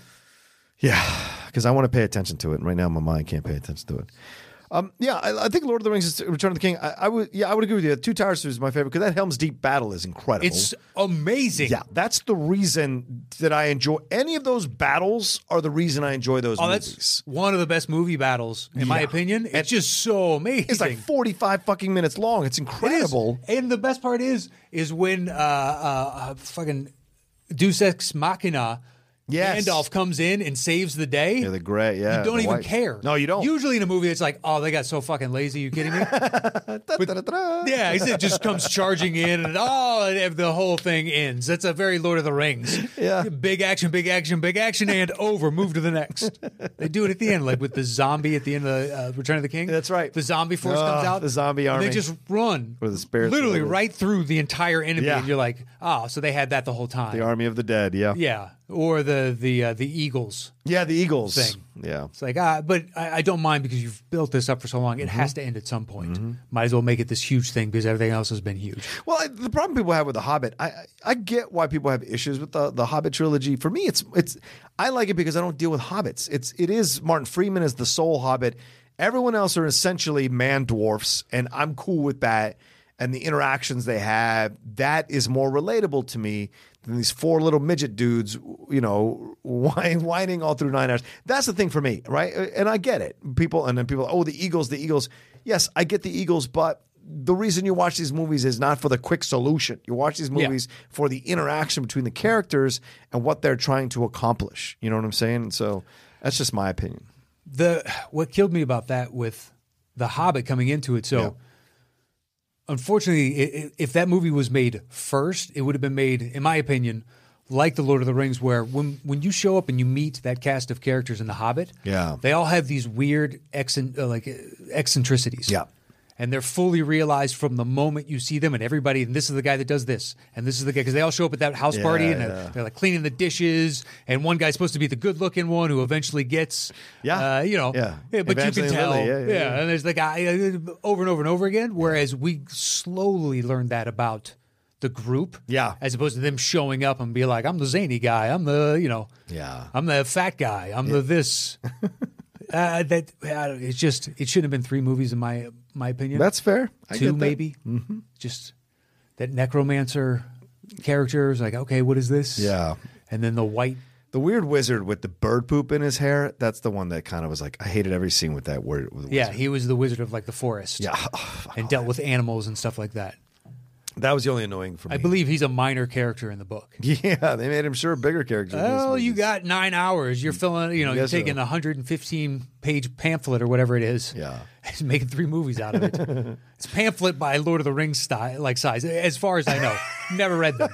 A: Yeah, because I want to pay attention to it. And right now, my mind can't pay attention to it. Um, yeah, I, I think Lord of the Rings is Return of the King. I, I would, yeah, I would agree with you. Two Towers is my favorite because that Helm's Deep battle is incredible.
C: It's amazing.
A: Oh. yeah, that's the reason that I enjoy any of those battles. Are the reason I enjoy those
C: Oh,
A: movies.
C: that's one of the best movie battles, in my
A: Yeah.
C: opinion. It's just so amazing.
A: it's like forty five fucking minutes long. It's
C: It is.
A: incredible.
C: And the best part is, is when uh, uh, uh, fucking Deus Ex Machina
A: Yes.
C: Gandalf comes in and saves the day.
A: Yeah, the gray. Yeah,
C: you don't
A: the
C: even
A: white.
C: care.
A: No, you don't.
C: Usually in a movie, it's like, oh, they got so fucking lazy. you kidding me?
A: Da-da-da-da.
C: yeah, it just comes charging in, and oh, and the whole thing ends. That's a very Lord of the Rings.
A: Yeah.
C: big action, big action, big action, and over. Move to the next. They do it at the end, like with the zombie at the end of uh, Return of the King.
A: That's right.
C: The zombie force comes
A: Ah,
C: out.
A: the zombie
C: and
A: army.
C: They just run
A: Or the spirits,
C: literally
A: whatever.
C: right through the entire enemy,
A: Yeah.
C: and you're like, oh, so they had that the whole time.
A: The Army of the Dead. Yeah,
C: yeah, or the the uh, the Eagles.
A: Yeah, the Eagles.
C: Thing.
A: Yeah.
C: It's like, ah, but I, I don't mind because you've built this up for so long. It
A: Mm-hmm.
C: has to end at some point. Might as well make it this huge thing because everything else has been huge.
A: Well, I, the problem people have with the Hobbit, I I- I get why people have issues with the the Hobbit trilogy. For me, it's it's I like it because I don't deal with hobbits. It's it is Martin Freeman is the sole hobbit. Everyone else are essentially man dwarfs, and I'm cool with that. And the interactions they have that is more relatable to me than these four little midget dudes, you know, [LAUGHS] whine, whining all through nine hours. That's the thing for me, right? And I get it. People and then people, oh, the Eagles, the Eagles. Yes, I get the Eagles, but the reason you watch these movies is not for the quick solution. You watch these movies for the interaction between the characters and what they're trying to accomplish. You know what I'm saying? And so that's just my opinion.
C: the what killed me about that with the Hobbit coming into it. So, unfortunately, i- i- if that movie was made first, it would have been made, in my opinion, like the Lord of the Rings, where when when you show up and you meet that cast of characters in the Hobbit,
A: Yeah.
C: they all have these weird eccent- uh, like uh, eccentricities,
A: Yeah.
C: And they're fully realized from the moment you see them, and everybody. And this is the guy that does this, and this is the guy because they all show up at that house party, and they're-
A: yeah.
C: they're like cleaning the dishes, and one guy's supposed to be the good-looking one who eventually gets,
A: Yeah.
C: uh, you know,
A: Yeah.
C: but you can
A: Evangeline
C: tell.
A: Lilly,
C: yeah,
A: yeah, yeah, yeah.
C: and there's the guy uh, over and over and over again. Whereas we slowly learned that about the group.
A: Yeah.
C: As opposed to them showing up and be like, I'm the zany guy. I'm the, you know,
A: Yeah.
C: I'm the fat guy. I'm the
A: [LAUGHS]
C: this. uh, that uh, It's just, it shouldn't have been three movies in my my opinion.
A: That's fair. I
C: Two,
A: get that. Mm-hmm.
C: maybe. Just that necromancer character is like, okay, what is this?
A: Yeah.
C: And then the white.
A: The weird wizard with the bird poop in his hair, that's the one that kind of was like, I hated every scene with that word. with the
C: Yeah,
A: wizard.
C: he was the wizard of like the forest.
A: Yeah. [SIGHS]
C: And dealt with animals and stuff like that.
A: That was the only annoying for me.
C: I believe he's a minor character in the book.
A: [LAUGHS] Yeah, they made him sure a bigger character. than
C: Well,
A: this
C: Oh, you
A: movie.
C: got nine hours. You're filling, you know,
A: Mm. Yes,
C: you're
A: sir.
C: taking a 115 page pamphlet or whatever it is.
A: Yeah.
C: And [LAUGHS] making three movies out
A: [LAUGHS]
C: of it. it's pamphlet by Lord of the Rings style, like size, as far as I know. Never read
A: [LAUGHS]
C: them.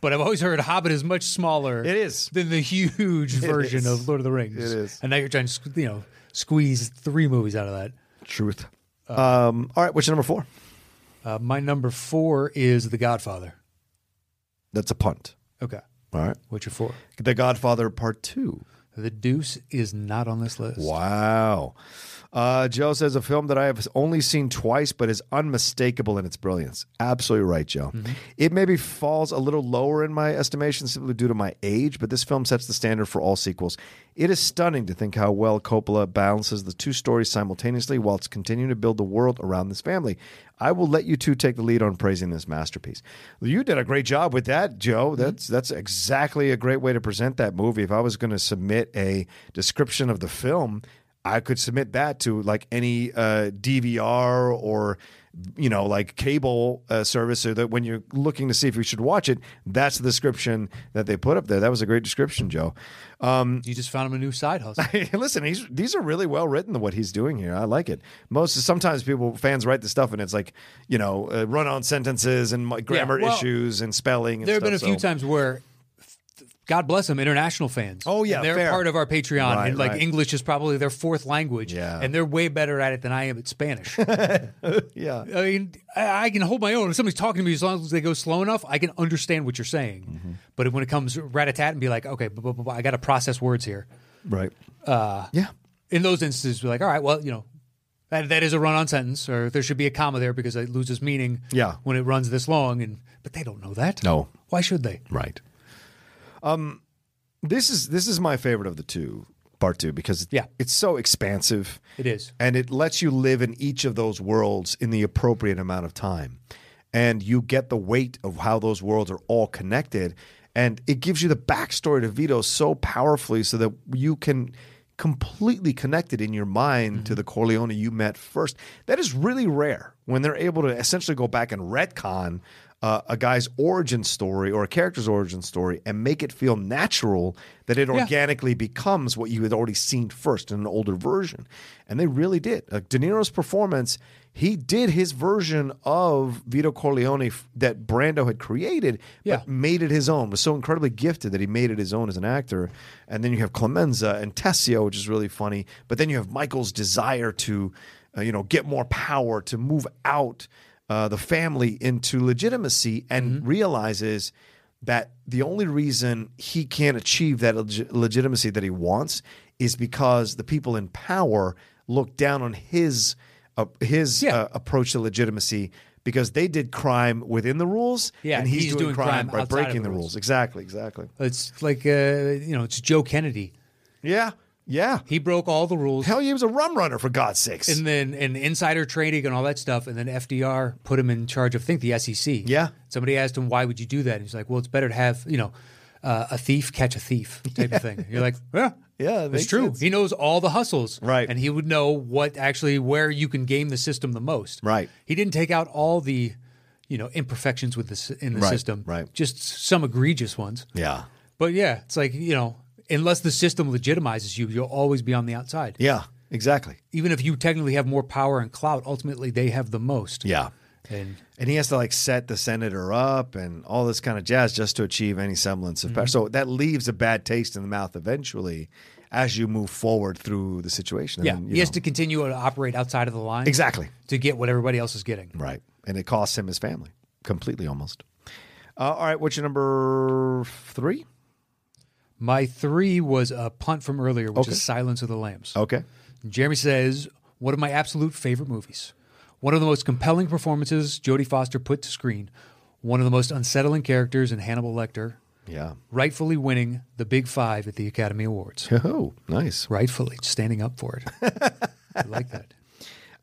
C: But I've always heard Hobbit is much smaller.
A: It is.
C: Than the
A: [LAUGHS]
C: huge version
A: is.
C: of Lord of the Rings.
A: It is.
C: And now you're trying to, sque- you know, squeeze three movies out of that.
A: truth. Um, all right, what's your number four?
C: Uh, my number four is The Godfather.
A: That's a punt.
C: Okay.
A: All right,
C: What's your four?
A: The Godfather Part Two.
C: The Deuce is not on this list.
A: Wow. Uh, Joe says a film that I have only seen twice, but is unmistakable in its brilliance. Absolutely right, Joe. It maybe falls a little lower in my estimation simply due to my age, but this film sets the standard for all sequels. It is stunning to think how well Coppola balances the two stories simultaneously whilst continuing to build the world around this family. I will let you two take the lead on praising this masterpiece. You did a great job with that, Joe. That's that's exactly a great way to present that movie. If I was going to submit a description of the film, I could submit that to like any uh, DVR or you know like cable uh, service, so that when you're looking to see if you should watch it, that's the description that they put up there. That was a great description, Joe.
C: You just found him a new
A: [LAUGHS]
C: side hustle.
A: Hey, listen, he's, these are really well written. What he's doing here, I like it. Most sometimes people fans write the stuff and it's like you know uh, run on sentences and like, grammar
C: well,
A: issues and spelling. And
C: There have been a
A: stuff,
C: few
A: so-
C: times where, God bless them, international fans.
A: Oh, yeah,
C: And they're
A: fair.
C: part of our Patreon,
A: Right,
C: and like
A: right.
C: English is probably their fourth language,
A: Yeah.
C: and they're way better at it than I am
A: [LAUGHS]
C: at Spanish.
A: Yeah,
C: I mean, I I can hold my own. If somebody's talking to me, as long as they go slow enough, I can understand what you're saying.
A: Mm-hmm.
C: But when it comes rat-a-tat and be like, okay, bu- bu- bu- bu- I got to process words here.
A: right. Uh, yeah,
C: In those instances, we're like, all right, well, you know. That, that is a run-on sentence, or there should be a comma there because it loses meaning.
A: Yeah.
C: when it runs this long, and but they don't know that.
A: No.
C: why should they?
A: right. Um, this is this is my favorite of the two Part Two because
C: Yeah.
A: it's so expansive.
C: It is.
A: and it lets you live in each of those worlds in the appropriate amount of time, and you get the weight of how those worlds are all connected, and it gives you the backstory to Vito so powerfully, so that you can completely connect it in your mind
C: Mm-hmm.
A: to the Corleone you met first. That is really rare when they're able to essentially go back and retcon uh, a guy's origin story or a character's origin story and make it feel natural that it organically becomes what you had already seen first in an older version. And they really did. Like De Niro's performance, he did his version of Vito Corleone f- that Brando had created,
C: Yeah.
A: but made it his own. Was so incredibly gifted that he made it his own as an actor. And then you have Clemenza and Tessio, which is really funny. But then you have Michael's desire to, uh, you know, get more power to move out uh, the family into legitimacy, and
C: Mm-hmm.
A: realizes that the only reason he can't achieve that leg- legitimacy that he wants is because the people in power look down on his uh, his
C: Yeah.
A: uh, approach to legitimacy. Because they did crime within the rules,
C: Yeah,
A: and he's, doing, crime, by
C: outside of
A: breaking
C: the
A: the rules.
C: rules.
A: Exactly, exactly.
C: It's like uh, you know, it's Joe Kennedy.
A: Yeah, yeah.
C: He broke all the rules,
A: Hell, he was a rum runner for God's sakes.
C: and then and insider trading and all that stuff. And then FDR put him in charge of, I think, the SEC.
A: Yeah.
C: Somebody asked him, "Why would you do that?" And he's like, "Well, it's better to have you know, uh, a thief catch a thief type of thing." You're like, "Yeah,
A: Yeah, it
C: it's
A: makes
C: true."
A: sense.
C: He knows all the hustles,
A: Right.
C: And he would know what actually where you can game the system the most,
A: Right.
C: He didn't take out all the, you know, imperfections with the s- in the
A: Right,
C: system,
A: right.
C: Just some egregious ones.
A: yeah,
C: But yeah, it's like, you know, unless the system legitimizes you, you'll always be on the outside.
A: yeah, exactly.
C: Even if you technically have more power and clout, ultimately they have the most.
A: Yeah,
C: And
A: and he has to like set the senator up and all this kind of jazz just to achieve any semblance of
C: Mm-hmm.
A: power. So that leaves a bad taste in the mouth eventually, as you move forward through the situation. And
C: yeah,
A: then, you
C: he has
A: know-
C: to continue to operate outside of the line.
A: Exactly.
C: To get what everybody else is getting.
A: Right. And it costs him his family completely almost. Uh, all right, what's your number three?
C: My three was a punt from earlier, which
A: Okay.
C: is Silence of the Lambs.
A: Okay.
C: Jeremy says, one of my absolute favorite movies. One of the most compelling performances Jodie Foster put to screen. One of the most unsettling characters in Hannibal Lecter.
A: Yeah.
C: Rightfully winning the Big Five at the Academy Awards.
A: Oh, nice.
C: rightfully standing up for it.
A: [LAUGHS]
C: I like that.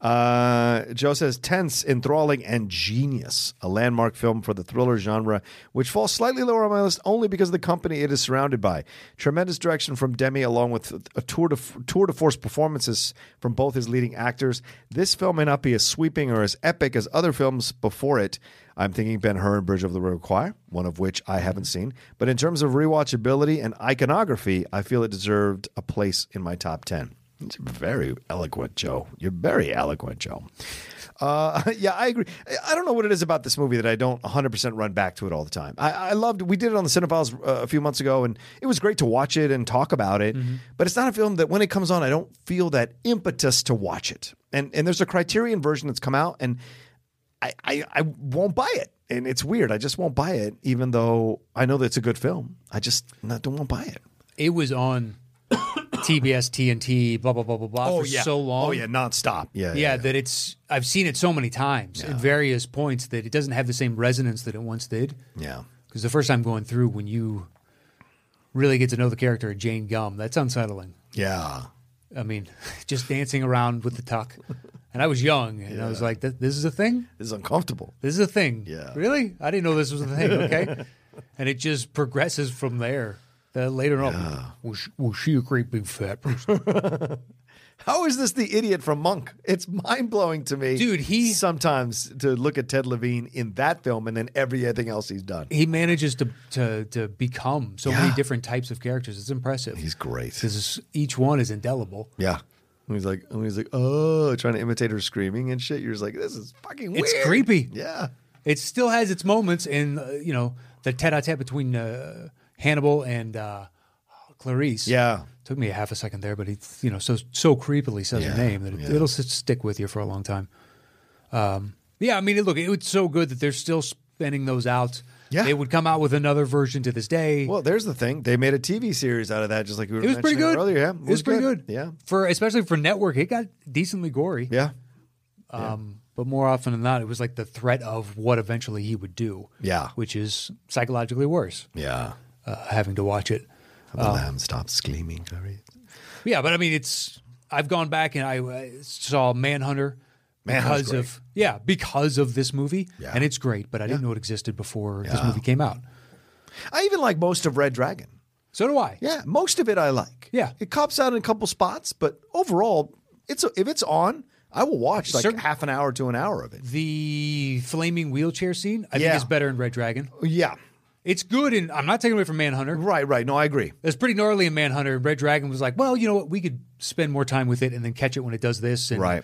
A: Uh, Joe says, tense, enthralling, and genius. A landmark film for the thriller genre, which falls slightly lower on my list only because of the company it is surrounded by. Tremendous direction from Demi, along with a tour de, tour de force performances from both his leading actors. This film may not be as sweeping or as epic as other films before it. I'm thinking Ben Hur and Bridge of the River Choir, one of which I haven't seen. But in terms of rewatchability and iconography, I feel it deserved a place in my top 10. It's very eloquent, Joe. You're very eloquent, Joe. Uh, [LAUGHS] yeah, I agree. I- I don't know what it is about this movie that I don't 100% run back to it all the time. I, I loved. We did it on the Cinephiles uh, a few months ago, and it was great to watch it and talk about it. But it's not a film that when it comes on, I don't feel that impetus to watch it. And and there's a Criterion version that's come out, and I, I, I won't buy it. And it's weird. I just won't buy it, even though I know that it's a good film. I just not, don't want to buy it.
C: It was on [COUGHS] TBS, TNT, blah blah blah blah blah for so long.
A: Oh, yeah, nonstop. Yeah.
C: Yeah, that it's I've seen it so many times at various points that it doesn't have the same resonance that it once did.
A: Yeah.
C: Because the first time going through, when you really get to know the character of Jane Gum, that's unsettling.
A: Yeah.
C: I mean, [LAUGHS] just dancing around with the tuck, and I was young, and I was like, "Th- "This is a thing."
A: This is uncomfortable.
C: This is a thing.
A: Yeah.
C: Really? I didn't know this was a
A: [LAUGHS]
C: thing. Okay. and it just progresses from there. That later on, was she, was she a great big fat person?
A: How is this the idiot from Monk? It's mind blowing to me.
C: Dude, he-
A: sometimes to look at Ted Levine in that film and then everything else he's done.
C: he manages to to to become so
A: Yeah.
C: many different types of characters. It's impressive.
A: He's great.
C: because each one is indelible.
A: Yeah. And he's like, and he's like, oh, trying to imitate her screaming and shit. You're just like, this is fucking weird.
C: It's creepy.
A: Yeah.
C: It still has its moments in uh, you know the tete-a-tete between uh, Hannibal and uh, Clarice.
A: Yeah.
C: Took me a half a second there, but he, you know, so so creepily says
A: Yeah,
C: her name that it,
A: yeah.
C: it'll s- stick with you for a long time. Um, yeah, I mean, look, it was so good that they're still spinning those out.
A: Yeah.
C: they would come out with another version to this day.
A: Well, there's the thing. They made a TV series out of that, just like we were
C: it was pretty
A: mentioning
C: good.
A: earlier. Yeah.
C: it was pretty good.
A: Yeah.
C: for especially for network, it got decently gory.
A: Yeah.
C: Um, but more often than not, it was like the threat of what eventually he would do.
A: Yeah.
C: which is psychologically worse.
A: Yeah.
C: Uh, having to watch it.
A: The lamb stops screaming, Clarice.
C: Yeah, but I mean, it's. I've gone back and I uh, saw Manhunter
A: Manhunter's
C: because of yeah because of this movie,
A: Yeah.
C: and it's great. But I didn't know it existed before this movie came out.
A: I even like most of Red Dragon.
C: So do I.
A: Yeah, most of it I like.
C: Yeah.
A: it cops out in a couple spots, but overall, it's if it's on, I will watch like
C: Certain-
A: half an hour to an hour of it.
C: The flaming wheelchair scene, I
A: Yeah.
C: think, is better in Red Dragon.
A: Yeah,
C: It's good, and I'm not taking away from Manhunter.
A: right, right. No, I agree.
C: It was pretty gnarly in Manhunter. and Red Dragon was like, well, you know what? We could spend more time with it and then catch it when it does this. And
A: Right.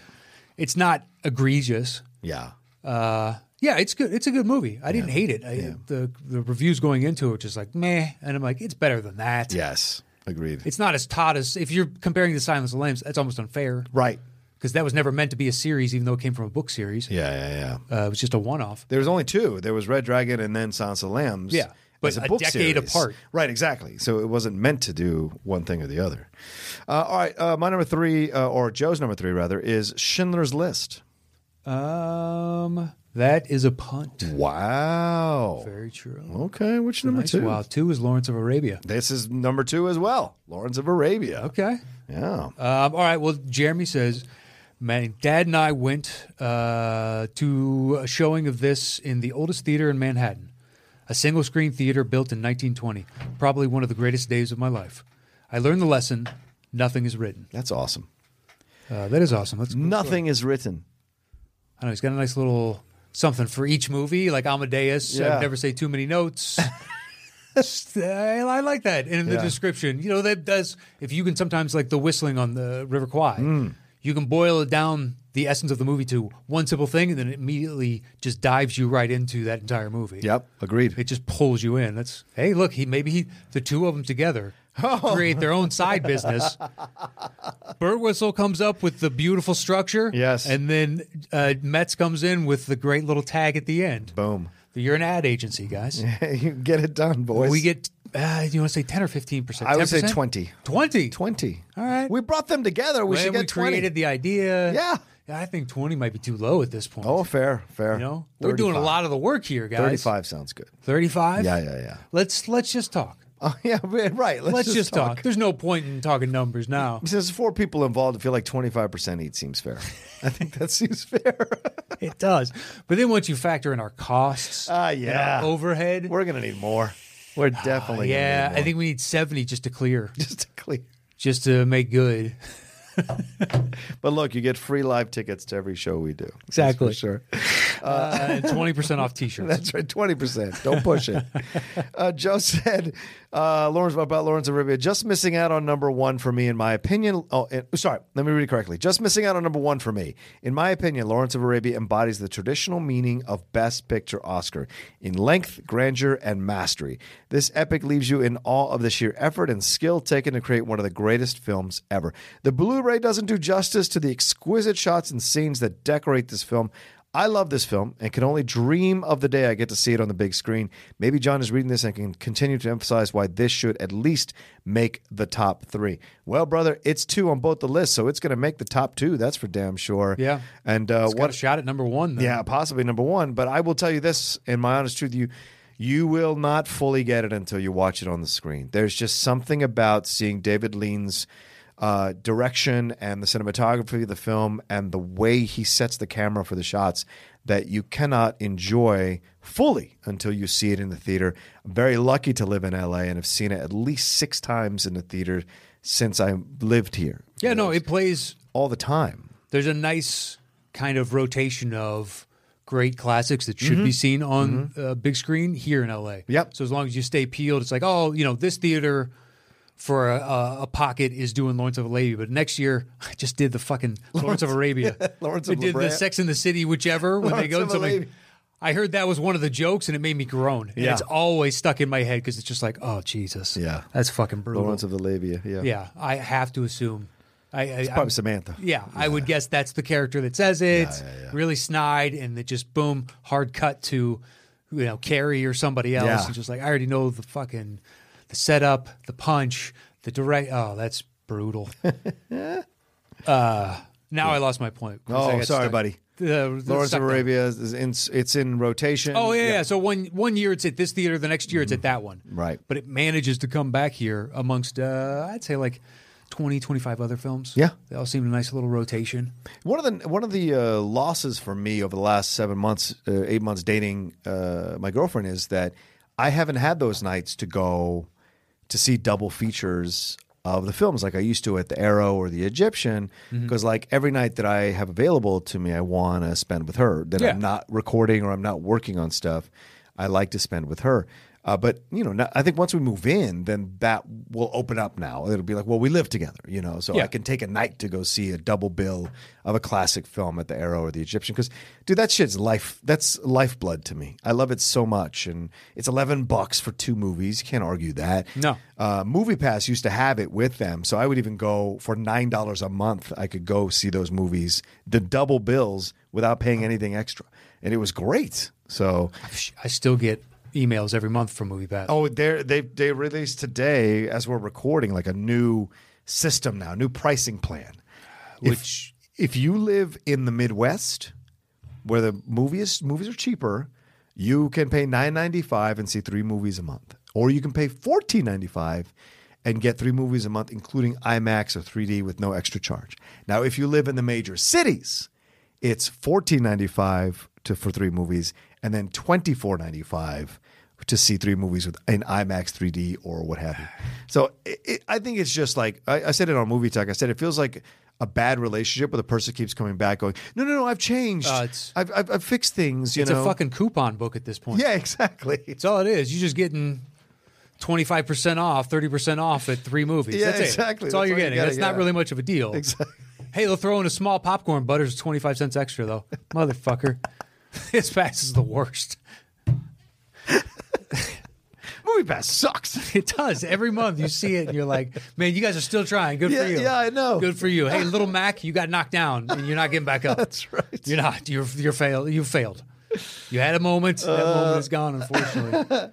C: It's not egregious.
A: Yeah,
C: Uh, yeah, it's good. It's a good movie. I didn't hate it. I, The the reviews going into it were just like meh, and I'm like, it's better than that.
A: yes, agreed.
C: It's not as taut as if you're comparing the Silence of the Lambs. That's almost unfair,
A: right.
C: Because that was never meant to be a series, even though it came from a book series.
A: Yeah, yeah, yeah.
C: Uh, it was just a one-off.
A: There was only two. There was Red Dragon and then Sans of the Lambs.
C: Yeah, but
A: as
C: a
A: book
C: decade
A: series.
C: apart.
A: Right, exactly. So it wasn't meant to do one thing or the other. Uh, all right, uh, my number three, uh, or Joe's number three, rather, is Schindler's List.
C: Um, that is a punt.
A: Wow.
C: Very true.
A: Okay, which number
C: Nice.
A: two?
C: Wow, two is Lawrence of Arabia.
A: This is number two as well. Lawrence of Arabia.
C: Okay.
A: Yeah.
C: Um, all right. Well, Jeremy says, my dad and I went uh, to a showing of this in the oldest theater in Manhattan, a single screen theater built in 1920. Probably one of the greatest days of my life. I learned the lesson: nothing is written.
A: That's awesome.
C: Uh, that is awesome. That's cool.
A: Nothing is written.
C: I don't know. He's got a nice little something for each movie, like Amadeus.
A: Yeah.
C: I'd never say too
A: [LAUGHS]
C: many notes. [LAUGHS] I, I like that. And in the
A: Yeah.
C: description, you know, that does, if you can sometimes, like the whistling on the River Kwai,
A: Hmm.
C: you can boil it down the essence of the movie to one simple thing, and then it immediately just dives you right into that entire movie.
A: Yep, agreed.
C: It just pulls you in. That's, hey, look, he maybe he, the two of them together
A: [LAUGHS] Oh.
C: create their own side business. Bird Whistle comes up with the beautiful structure.
A: Yes.
C: And then uh, Metz comes in with the great little tag at the end.
A: Boom.
C: You're an ad agency, guys.
A: [LAUGHS] you get it done, boys.
C: We get, uh, you want to say 10 or 15%?
A: I would say
C: 10%?
A: 20.
C: 20.
A: 20.
C: All right.
A: We brought them together. We
C: When
A: should get
C: we
A: 20.
C: created the idea.
A: Yeah.
C: I think 20 might be too low at this point.
A: Oh, fair, fair.
C: you know, we're doing a
A: 35.
C: lot of the work here, guys.
A: 35 sounds good.
C: 35?
A: Yeah, yeah, yeah.
C: Let's, let's just talk.
A: [LAUGHS] Oh, yeah, we- right. Let's,
C: Let's, just talk. There's no point in talking
A: [LAUGHS]
C: numbers now.
A: Since there's four people involved, I feel like 25% each seems fair. [LAUGHS] I think that seems fair.
C: it does. But then once you factor in our costs,
A: Ah,
C: and
A: yeah.
C: our overhead,
A: We're going to need more. We're definitely
C: yeah, I
A: gonna need more. [LAUGHS]
C: think we need 70 just to clear,
A: just to clear.
C: just to make good.
A: But look, you get free live tickets to every show we do. That's
C: Exactly.
A: for sure.
C: Uh, and 20% off t
A: [LAUGHS]
C: shirts.
A: That's right, twenty percent. Don't push it. uh, Joe said, uh, "Lawrence about Lawrence of Arabia, just missing out on number one for me, in my opinion." Oh, and, sorry, let me read it correctly. Just missing out on number one for me, in my opinion. Lawrence of Arabia embodies the traditional meaning of Best Picture Oscar in length, grandeur, and mastery. This epic leaves you in awe of the sheer effort and skill taken to create one of the greatest films ever. The Blu-ray doesn't do justice to the exquisite shots and scenes that decorate this film. I love this film and can only dream of the day I get to see it on the big screen. Maybe John is reading this and can continue to emphasize why this should at least make the top three. Well, brother, it's two on both the lists, so it's going to make the top two. That's for damn sure.
C: Yeah.
A: And uh,
C: Got a
A: what?
C: shot at number one, though.
A: Yeah, possibly number one. But I will tell you this, in my honest truth, you you will not fully get it until you watch it on the screen. There's just something about seeing David Lean's uh, direction and the cinematography of the film and the way he sets the camera for the shots that you cannot enjoy fully until you see it in the theater. I'm very lucky to live in LA and have seen it at least six times in the theater since I lived here.
C: Yeah, no, it plays.
A: all the time.
C: There's a nice kind of rotation of great classics that should be seen on uh, big screen here in LA.
A: Mm-hmm. Yep.
C: So as long as you stay peeled, it's like, oh, you know, this theater for a, a, a pocket is doing Lawrence of Arabia, but next year [LAUGHS] I just did the fucking Lawrence, of Arabia.
A: [LAUGHS] Lawrence
C: They
A: of La
C: did
A: Brea.
C: the Sex in the City, whichever when they
A: Lawrence
C: go
A: of
C: to something.
A: Arabia.
C: I heard that was one of the jokes, and it made me groan. And
A: Yeah.
C: it's always stuck in my head because it's just like, oh Jesus,
A: Yeah.
C: that's fucking brutal.
A: Lawrence of the Labia, yeah.
C: Mm-hmm. yeah, I have to assume. I, I, it's
A: Probably Samantha.
C: yeah, I would guess that's the character that says it. Really snide, and it just boom, hard cut to you know Carrie or somebody else,
A: Yeah.
C: and just like I already know the fucking the setup, the punch, the direct. Oh, that's
A: [LAUGHS]
C: brutal. uh, now I lost my point. 'cause I
A: Oh,
C: got
A: sorry,
C: stuck-
A: buddy.
C: The, the
A: Lawrence
C: stuck
A: of
C: there.
A: Arabia is in it's in rotation.
C: Oh yeah, yeah. So one one year it's at this theater, the next year it's at that one.
A: Mm-hmm. Right.
C: But it manages to come back here amongst uh, I'd say like 20, 25 other films.
A: Yeah.
C: They all seem a nice little rotation.
A: One of the one of the uh, losses for me over the last seven months, uh, eight months dating uh, my girlfriend is that I haven't had those nights to go to see double features of the films like I used to at the Arrow or the Egyptian
C: Mm-hmm.
A: because like every night that I have available to me, I want to spend with her. That
C: Yeah.
A: I'm not recording or I'm not working on stuff. I like to spend with her. Uh, but you know, now- I think once we move in, then that will open up. Now it'll be like, well, we live together, you know, so I
C: Yeah.
A: can take a night to go see a double bill of a classic film at the Arrow or the Egyptian. Because, dude, that shit's life. That's lifeblood to me. I love it so much, and it's eleven bucks for two movies. You can't argue that.
C: No.
A: Uh, Movie Pass used to have it with them, so I would even go for nine dollars a month. I could go see those movies, the double bills, without paying anything extra, and it was great. So,
C: I still get emails every month from Movie Pass.
A: oh, they they they released today as we're recording like a new system now, new pricing plan. If-
C: Which-
A: if, you live in the Midwest, where the movies movies are cheaper, you can pay nine ninety five and see three movies a month, or you can pay fourteen ninety five and get three movies a month, including IMAX or three D with no extra charge. Now, if you live in the major cities, it's fourteen ninety five to for three movies, and then twenty four ninety five to see three movies with in IMAX 3D or what have you. So it, it, I think it's just like I, I said it on Movie Talk. I said it feels like a bad relationship where the person keeps coming back, going, "No, no, no, I've changed.
C: Uh, it's-
A: I've, I've, I've fixed things." You
C: it's
A: know,
C: a fucking coupon book at this point.
A: [LAUGHS] yeah, exactly.
C: It's all it is. You're just getting 25% off, 30% off at three movies.
A: Yeah,
C: That's it.
A: exactly. That's
C: That's all you're
A: all you
C: getting.
A: gotta
C: That's not
A: get.
C: really much of a deal.
A: Exactly.
C: Hey, they'll throw in a small popcorn. Butter's 25 cents extra, though.
A: [LAUGHS]
C: Motherfucker. this pass is the worst.
A: Movie Pass sucks. [LAUGHS]
C: It does. Every month you see it and you're like, man, you guys are still trying. Good
A: Yeah,
C: for you.
A: yeah, I know.
C: Good for you. Hey, little Mac, you got knocked down and you're not getting back
A: [LAUGHS]
C: up.
A: That's right.
C: You're not. You're you're failed. You failed. You had a moment. That moment is
A: [LAUGHS]
C: gone, unfortunately.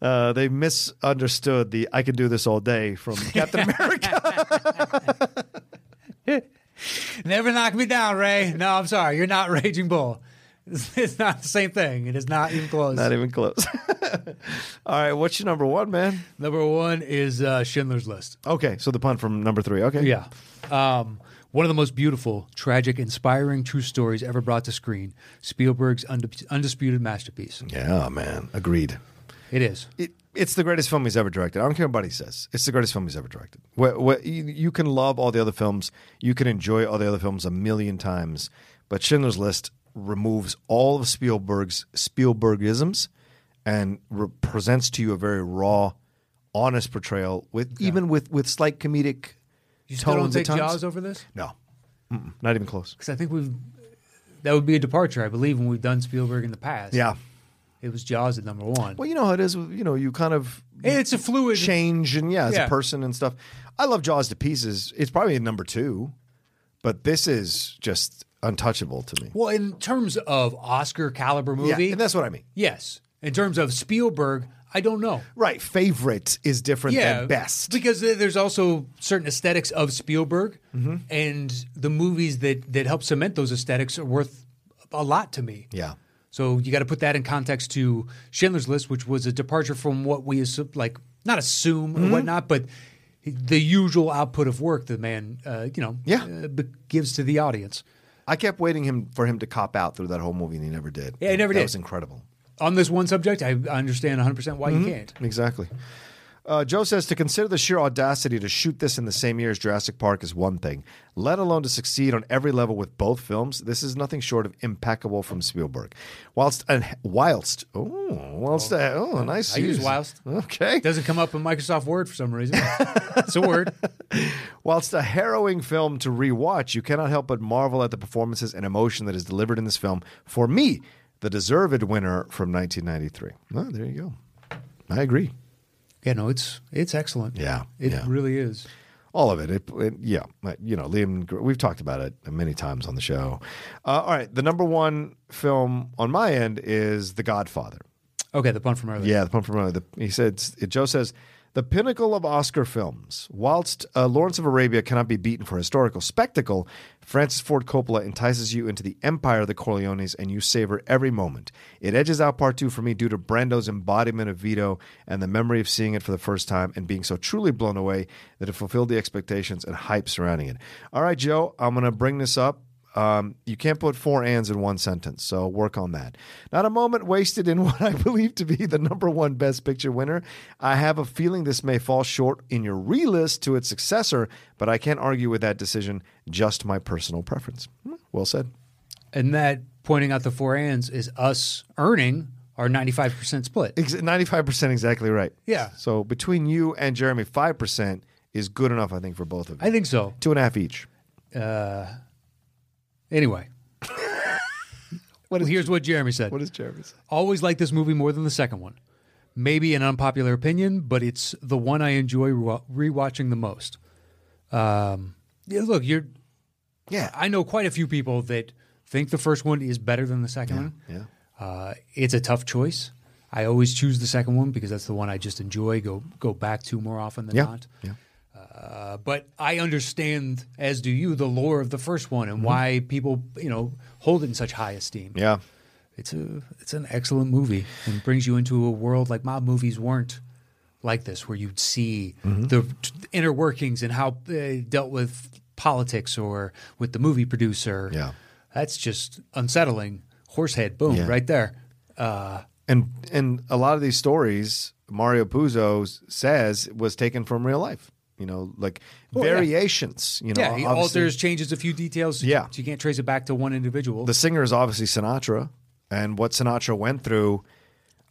A: Uh, they misunderstood the "I can do this all day" [LAUGHS] from Captain America.
C: Never knock me down, Ray. No, I'm sorry. You're not [LAUGHS] Raging Bull. It's not the same thing. It is not even close.
A: not even close. [LAUGHS] all right, what's your number one, man?
C: Number one is uh, Schindler's List.
A: Okay, so the pun from number three. Okay,
C: Yeah. Um, one of the most beautiful, tragic, inspiring true stories ever brought to screen. Spielberg's undis- undisputed masterpiece.
A: yeah, man, agreed.
C: It is.
A: it, it's the greatest film he's ever directed. I don't care what he says. It's the greatest film he's ever directed. What, what, you, you can love all the other films. You can enjoy all the other films a million times. But Schindler's List removes all of Spielberg's Spielbergisms and re- presents to you a very raw, honest portrayal with even with with slight comedic tone.
C: You still don't
A: at
C: take
A: times.
C: Jaws over this?
A: No, Mm-mm, not even close.
C: Because I think we've. That would be a departure, I believe, when we've done Spielberg in the past.
A: Yeah.
C: It was Jaws at number one.
A: Well, you know how it is. with- You know, you kind of
C: It's a fluid.
A: change and yeah, as
C: Yeah.
A: a person and stuff. I love Jaws to pieces. It's probably number two, but this is just untouchable to me.
C: Well, in terms of Oscar caliber movie,
A: Yeah, and that's what I mean.
C: yes. In terms of Spielberg, I don't know.
A: Right, favorite is different
C: Yeah,
A: than best.
C: because there- there's also certain aesthetics of Spielberg,
A: Mm-hmm.
C: and the movies that that help cement those aesthetics are worth a lot to me.
A: yeah,
C: So you got to put that in context to Schindler's List, which was a departure from what we assu- like not assume
A: Mm-hmm.
C: and whatnot, but the usual output of work the man, uh, you know,
A: Yeah.
C: uh, b- gives to the audience.
A: I kept waiting him for him to cop out through that whole movie, and he never did.
C: Yeah, he never
A: that
C: did.
A: was incredible.
C: On this one subject, I I understand 100 percent why
A: Mm-hmm.
C: you can't.
A: Exactly. Uh, Joe says to consider the sheer audacity to shoot this in the same year as Jurassic Park is one thing, let alone to succeed on every level with both films. This is nothing short of impeccable from Spielberg. Whilst and whilst oh whilst uh, oh nice
C: I use
A: use.
C: whilst.
A: okay
C: Doesn't come up in Microsoft Word for
A: [LAUGHS]
C: some reason. it's a word.
A: Whilst a harrowing film to rewatch, you cannot help but marvel at the performances and emotion that is delivered in this film. For me, the deserved winner from 1993. Well, there you go. I agree.
C: Yeah, no, it's it's excellent.
A: Yeah,
C: it
A: yeah.
C: really is.
A: all of it. It, it yeah, Like, you know, Liam. Gr- We've talked about it many times on the show. Uh, all right, the number one film on my end is The Godfather.
C: Okay, the pun from earlier.
A: Yeah, the pump from the, he said. Joe says The pinnacle of Oscar films. Whilst uh, Lawrence of Arabia cannot be beaten for historical spectacle, Francis Ford Coppola entices you into the empire of the Corleones and you savor every moment. It edges out part two for me due to Brando's embodiment of Vito and the memory of seeing it for the first time and being so truly blown away that it fulfilled the expectations and hype surrounding it. All right, Joe, I'm going to bring this up. Um, you can't put four ands in one sentence, so work on that. Not a moment wasted in [LAUGHS] what I believe to be the number one Best Picture winner. I have a feeling this may fall short in your relist to its successor, but I can't argue with that decision. Just my personal preference. Hmm, Well said.
C: And that pointing out the four ands is us earning our 95% split.
A: Ex- 95% exactly right.
C: Yeah.
A: So between you and Jeremy, 5% is good enough, I think, for both of you.
C: I think so.
A: Two and a half each. [LAUGHS]
C: Anyway. well, here's what Jeremy said.
A: What is Jeremy's?
C: Always like this movie more than the second one. Maybe an unpopular opinion, but it's the one I enjoy re- rewatching the most. Um, yeah, look, you're.
A: Yeah.
C: I know quite a few people that think the first one is better than the second one.
A: Yeah.
C: Uh, it's a tough choice. I always choose the second one because that's the one I just enjoy. Go go back to more often than
A: Yeah.
C: not.
A: Yeah.
C: Uh, but I understand, as do you, the lore of the first one
A: Mm-hmm.
C: and why people you know hold it in such high esteem.
A: Yeah.
C: It's a it's an excellent movie and brings you into a world like mob movies weren't like this, where you'd see
A: Mm-hmm.
C: the t- inner workings and how they dealt with politics or with the movie producer.
A: Yeah.
C: that's just unsettling. Horsehead, boom,
A: Yeah.
C: right there. Uh,
A: And and a lot of these stories, Mario Puzo s- says was taken from real life. You know, like
C: Oh, yeah.
A: variations. You know,
C: yeah, he
A: obviously-
C: alters, changes a few details. so
A: Yeah.
C: you, so you can't trace it back to one individual.
A: the singer is obviously Sinatra, and what Sinatra went through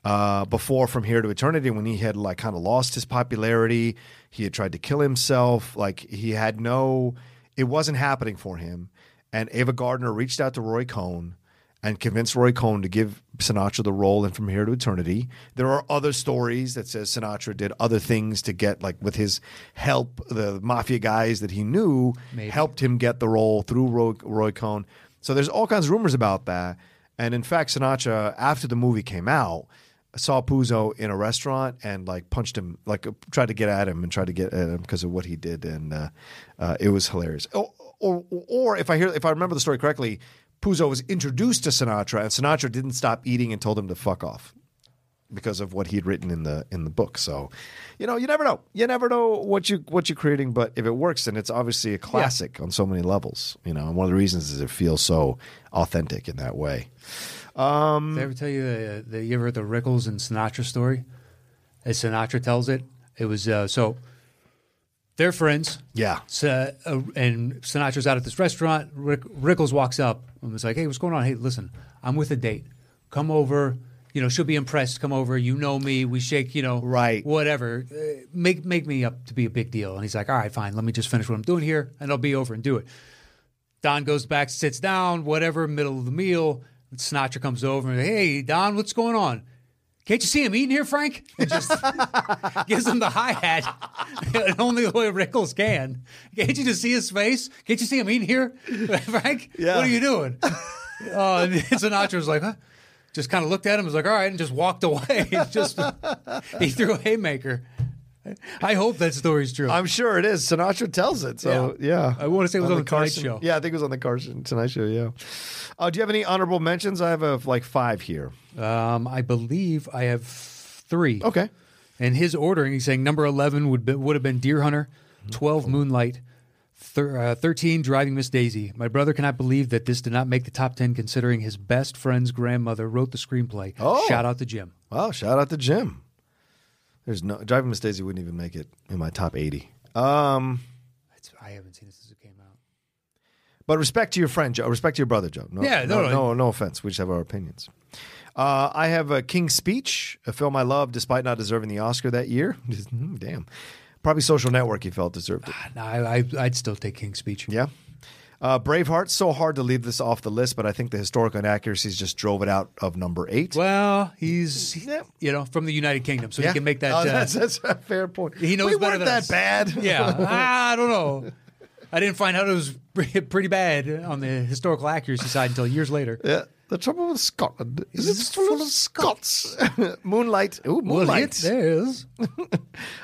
A: uh, before From Here to Eternity, when he had like kind of lost his popularity, he had tried to kill himself. Like he had no, it wasn't happening for him. And Ava Gardner reached out to Roy Cohn and convinced Roy Cohn to give Sinatra the role in From Here to Eternity. There are other stories that says Sinatra did other things to get like with his help, the mafia guys that he knew helped him get the role through Roy, Roy Cohn. So there's all kinds of rumors about that. And in fact, Sinatra, after the movie came out, saw Puzo in a restaurant and like punched him, like tried to get at him and tried to get at him because of what he did, and uh, uh, it was hilarious. Or, or, or if I hear, if I remember the story correctly, Puzo was introduced to Sinatra, and Sinatra didn't stop eating and told him to fuck off because of what he'd written in the in the book. So, you know, you never know. You never know what you what you're creating, but if it works, then it's obviously a classic on so many levels. You know, and one of the reasons is it feels so authentic in that way.
C: Did I ever tell you the, the you ever heard the Rickles and Sinatra story? As Sinatra tells it, it was uh, so they're friends.
A: Yeah.
C: So, uh, and Sinatra's out at this restaurant. Rick, Rickles walks up and was like, "Hey, what's going on? Hey, listen, I'm with a date. Come over. You know, she'll be impressed. Come over. You know me. We shake. You know,
A: Right.
C: Whatever. Uh, make make me up to be a big deal." And he's like, "All right, fine. Let me just finish what I'm doing here, and I'll be over and do it." Don goes back, sits down, whatever, middle of the meal. Sinatra comes over and hey, Don, what's going on? Can't you see him eating here, Frank? And just gives him the hi hat, [LAUGHS] only the way Rickles can. Can't you just see his face? Can't you see him eating here, [LAUGHS] Frank?
A: Yeah.
C: What are
A: [LAUGHS]
C: you doing? Oh, and [LAUGHS] Sinatra was like, huh? Just kind of looked at him, was like, all right, and just walked away. [LAUGHS] just he threw a haymaker. I hope that story's true.
A: I'm sure it is. Sinatra tells it. So yeah,
C: Yeah. I wanna say it was on the Tonight
A: Carson-
C: Show.
A: Yeah, I think it was on the Carson Tonight Show. Yeah. Uh, do you have any honorable mentions? I have a, like five here.
C: Um, I believe I have three.
A: Okay.
C: And his ordering, he's saying number 11 would be, would have been Deer Hunter,
A: Mm-hmm.
C: 12 Moonlight, thir- uh, 13 Driving Miss Daisy. My brother cannot believe that this did not make the top 10 considering his best friend's grandmother wrote the screenplay.
A: Oh.
C: Shout out to Jim.
A: Wow! Shout out to Jim. There's no driving Miss Daisy wouldn't even make it in my top 80. Um,
C: It's, I haven't seen it since it came out.
A: but respect to your friend, Joe. Respect to your brother, Joe. No,
C: Yeah,
A: no,
C: no,
A: no,
C: no.
A: no, offense. We just have our opinions. Uh, I have uh, King's Speech, a film I love, despite not deserving the Oscar that year. [LAUGHS] Just, mm, Damn, probably Social Network. He felt deserved it.
C: No, I, I, I'd still take King's Speech.
A: Yeah. Uh, Braveheart, so hard to leave this off the list, but I think the historical inaccuracies just drove it out of number eight.
C: Well, he's, he-
A: Yeah.
C: you know, from the United Kingdom, so
A: Yeah.
C: he can make that.
A: Oh,
C: uh,
A: that's, that's a fair point.
C: he knows
A: we weren't
C: better than
A: that
C: us.
A: bad.
C: [LAUGHS] yeah, I don't know. [LAUGHS] I didn't find out it was pretty bad on the historical accuracy side until years later.
A: [LAUGHS] Yeah. The trouble with Scotland is
C: Is
A: it's
C: it
A: full of Scots. [LAUGHS] Moonlight. Ooh, Moonlight.
C: is.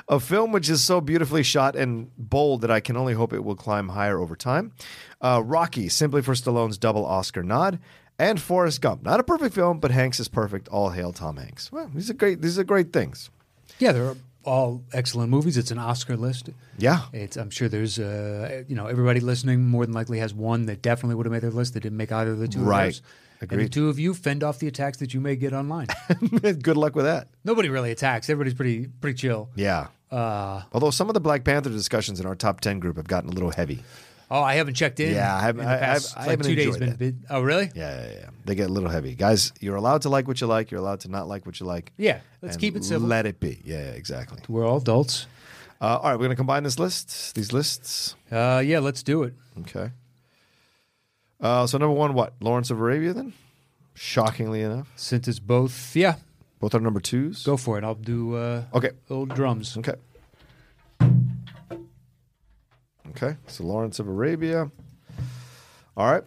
A: a film which is so beautifully shot and bold that I can only hope it will climb higher over time. Uh, Rocky, simply for Stallone's double Oscar nod, and Forrest Gump. Not a perfect film, but Hanks is perfect. All hail Tom Hanks. Well, these are great. These are great things.
C: Yeah, they're all excellent movies. It's an Oscar list.
A: Yeah.
C: It's, I'm sure there's, uh, you know, everybody listening more than likely has one that definitely would have made their list that didn't make either of the two. of
A: Right.
C: those. And the
A: Agreed.
C: two of you fend off the attacks that you may get
A: [LAUGHS]
C: online. [LAUGHS]
A: Good luck with that.
C: Nobody really attacks. Everybody's pretty pretty chill.
A: Yeah.
C: Uh,
A: Although some of the Black Panther discussions in our top ten group have gotten a little heavy.
C: oh, I haven't checked in.
A: Yeah, I haven't-
C: in the
A: I-
C: past,
A: I've- I
C: like,
A: haven't
C: two days
A: enjoyed
C: been. been- Oh, really?
A: Yeah, yeah, yeah. They get a little heavy, guys. You're allowed to like what you like. You're allowed to not like what you like.
C: Yeah, let's
A: and
C: keep it civil.
A: Let it be. Yeah, exactly.
C: We're all adults.
A: Uh, all right, we're gonna combine this list. These lists.
C: Uh, yeah, let's do it.
A: Okay. Uh, so number one, what? Lawrence of Arabia, then? Shockingly enough.
C: Since it's both, yeah,
A: Both are number twos.
C: go for it. I'll do uh,
A: Okay.
C: little drums.
A: Okay. Okay. So Lawrence of Arabia. All right.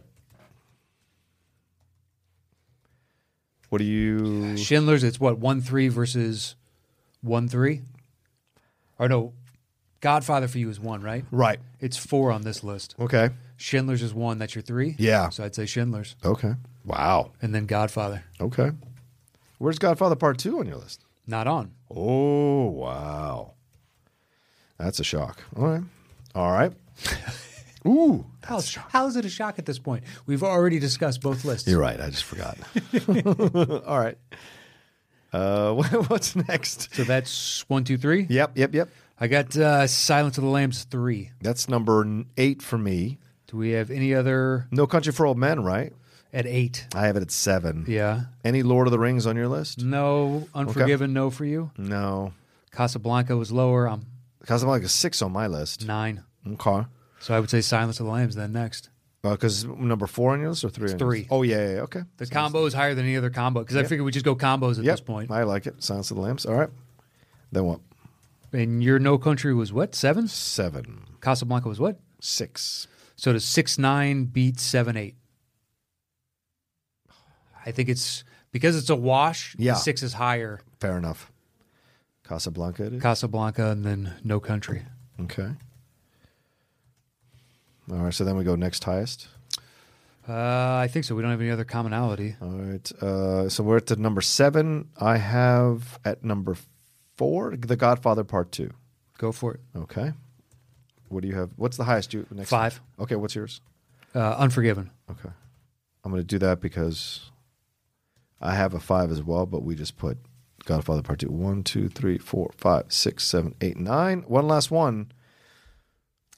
A: What do you.
C: Schindler's, it's what, 1 3 versus 1 3? Or no, Godfather for you is 1, right?
A: Right.
C: It's 4 on this list.
A: Okay.
C: Schindler's is 1, that's your 3?
A: Yeah.
C: So I'd say Schindler's
A: Okay. Wow.
C: and then Godfather.
A: Okay. Where's Godfather Part 2 on your list?
C: Not on.
A: Oh, wow. That's a shock. All right. All right. [LAUGHS] Ooh.
C: How's, how's it a shock at this point? We've already discussed both lists.
A: You're right. I just forgot. [LAUGHS] All right. Uh, [LAUGHS] what, what's next? [LAUGHS]
C: So that's 1, 2, 3.
A: Yep, yep, yep.
C: I got uh, Silence of the Lambs 3.
A: That's number n- eight for me.
C: Do we have any other
A: No Country for Old Men, right?
C: at 8?
A: I have it at seven.
C: Yeah.
A: Any Lord of the Rings on your list?
C: No. Unforgiven, no for you.
A: No.
C: Casablanca was lower. I'm
A: Casablanca is six on my list.
C: 9.
A: Okay.
C: So I would say Silence of the Lambs then next.
A: Because number four on your list or three? on your
C: three.
A: list? Oh yeah, yeah, yeah. Okay.
C: The combo is higher than any other combo because I figured we just go combos at
A: Yep.
C: this point.
A: I like it. Silence of the Lambs. All right. Then what?
C: And your No Country was what seven?
A: Seven,
C: Casablanca was what?
A: six.
C: So does six nine beat seven eight? I think it's because it's a wash. the
A: Yeah.
C: six is higher.
A: Fair enough. Casablanca. It is.
C: Casablanca and then No Country.
A: Okay. All right, so then we go next highest.
C: Uh, I think so. We don't have any other commonality.
A: All right, uh, so we're at the number seven. I have at number four, The Godfather Part Two.
C: Go for it.
A: Okay. What do you have? What's the highest you next?
C: Five.
A: Okay, what's yours?
C: Uh, Unforgiven.
A: Okay, I'm going to do that because I have a five as well, but we just put Godfather Part Two. One, two, three, four, five, six, seven, eight, nine. One last one.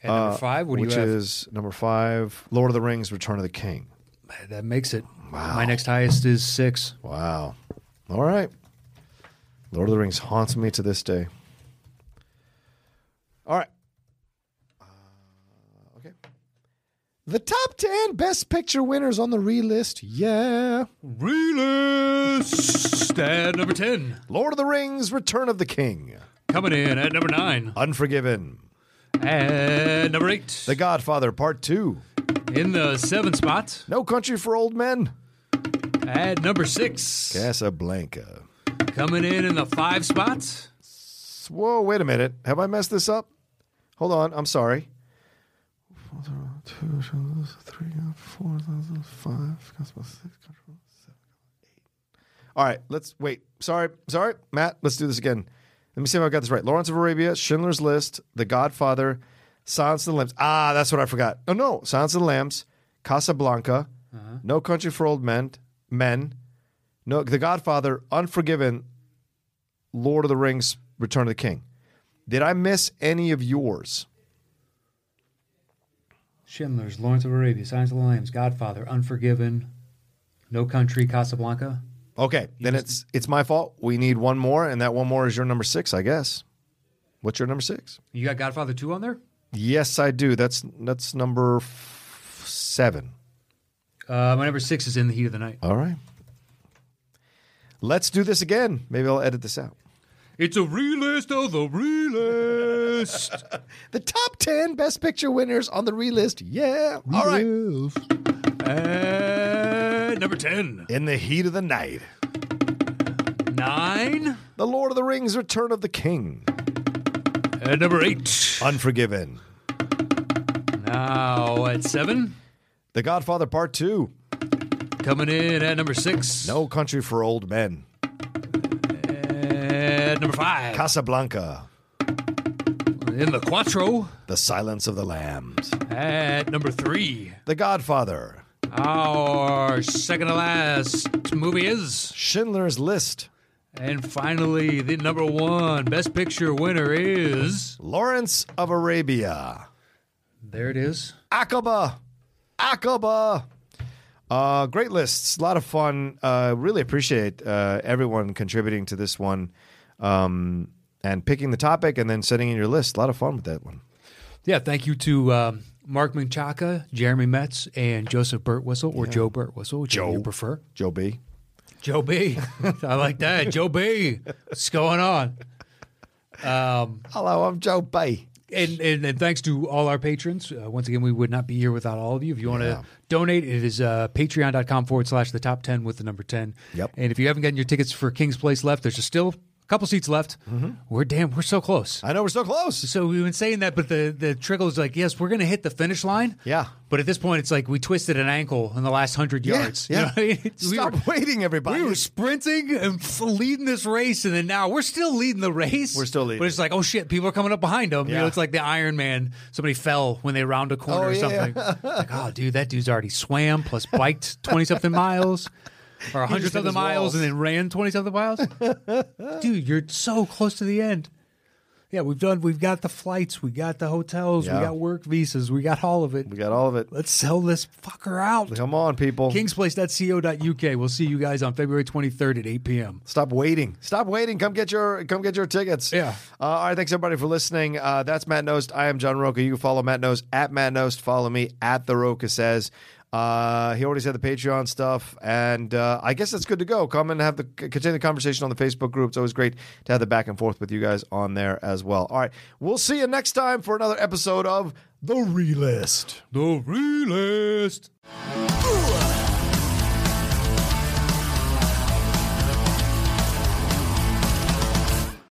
C: And number
A: uh,
C: five. What do you
A: which
C: have?
A: is number five, Lord of the Rings: Return of the King.
C: that makes it. My next highest is six.
A: Wow. All right. Lord of the Rings haunts me to this day. All right. Uh, okay. The top 10 best picture winners on the relist. Yeah.
C: Realist at number ten.
A: Lord of the Rings Return of the King.
C: Coming in at number nine.
A: Unforgiven.
C: At number eight.
A: The Godfather Part 2.
C: In the seventh spot,
A: No Country for Old Men.
C: at number six,
A: Casablanca.
C: coming in in the five spot,
A: Whoa, wait a minute. Have I messed this up? Hold on. I'm sorry. Two, three, four, five, six, seven, eight. All right, let's wait. Sorry, sorry, Matt. Let's do this again. Let me see if I got this right. Lawrence of Arabia, Schindler's List, The Godfather, Silence of the Lambs. Ah, that's what I forgot. Oh no, Silence of the Lambs, Casablanca, No Country for Old Men, Men, No, The Godfather, Unforgiven, Lord of the Rings, Return of the King. Did I miss any of yours?
C: Schindler's, Lawrence of Arabia, Signs of the Lambs, Godfather, Unforgiven, No Country, Casablanca.
A: Okay, then it's it's my fault. We need one more, and that one more is your number six, I guess. What's your number six?
C: You got Godfather two on there?
A: Yes, I do. That's that's number f- seven.
C: Uh, my number six is In the Heat of the Night.
A: All right. Let's do this again. Maybe I'll edit this out.
C: It's a realist of the realist.
A: The top ten best picture winners on the relist. Yeah. All right.
C: At
D: at number 10.
A: In the heat of the night,
D: Nine.
A: The Lord of the Rings: Return of the King,
D: At number eight.
A: Unforgiven,
D: Now at seven.
A: The Godfather Part Two,
D: Coming in at number six.
A: No Country for Old Men,
D: At number five.
A: Casablanca,
D: In the Quattro.
A: The Silence of the Lambs,
D: At number three.
A: The Godfather,
D: Our second to last movie is.
A: Schindler's List,
D: And finally, the number one Best Picture winner is.
A: Lawrence of Arabia,
D: There it is.
A: Aqaba, Aqaba. Uh, great lists, a lot of fun. Uh, really appreciate uh, everyone contributing to this one, um, and picking the topic and then sending in your list. A lot of fun with that one.
C: Yeah, thank you to um, Mark Menchaca, Jeremy Metz, and Joseph Birtwistle, or Joe Birtwistle, whichever you
A: Joe.
C: prefer.
A: Joe B.
C: Joe B. [LAUGHS] I like that. Joe B. What's going on?
A: Hello, I'm Joe B.
C: And, and and thanks to all our patrons. Uh, once again, we would not be here without all of you. If you want to donate, it is uh, patreon.com forward slash the top 10 with the number 10.
A: Yep.
C: And if you haven't gotten your tickets for King's Place left, there's just still a couple seats left.
A: Mm-hmm.
C: We're damn, we're so close.
A: I know we're so close.
C: So we've been saying that, but the, the trickle is like, yes, we're going to hit the finish line.
A: Yeah.
C: But at this point, it's like we twisted an ankle in the last hundred yards.
A: Yeah,
C: [LAUGHS] You know what I mean? We
A: Stop
C: were-
A: waiting, everybody.
C: we were sprinting and f- leading this race, and then now we're still leading the race.
A: We're still leading.
C: But it's like, oh shit, people are coming up behind them. You
A: Yeah.
C: know, it's like the Iron Man. Somebody fell when they round a corner
A: Oh,
C: or
A: yeah. [LAUGHS]
C: something. like, oh, dude, that dude's already swam plus biked 20 something miles or 100
A: hit
C: something
A: his
C: miles
A: walls.
C: and then ran 20
A: [LAUGHS]
C: something miles. dude, you're so close to the end. Yeah, we've done, we've got the flights, we got the hotels,
A: Yeah.
C: we got work visas, we got all of it.
A: we got all of it.
C: Let's sell this fucker out.
A: Come on, people.
C: Kingsplace.co.uk. We'll see you guys on February 23rd at 8 p.m.
A: Stop waiting. Stop waiting. Come get your come get your tickets.
C: Yeah.
A: Uh, all right. Thanks everybody for listening. Uh, that's Matt Nost. I am John Roca. You can follow Matt Nost at Matt Nost. Follow me at the Roca says. Uh, he already said the Patreon stuff, and uh, I guess that's good to go. Come and have the continue the conversation on the Facebook group. It's always great to have the back and forth with you guys on there as well. All right, we'll see you next time for another episode of the Realist.
C: The realist.
E: Ooh.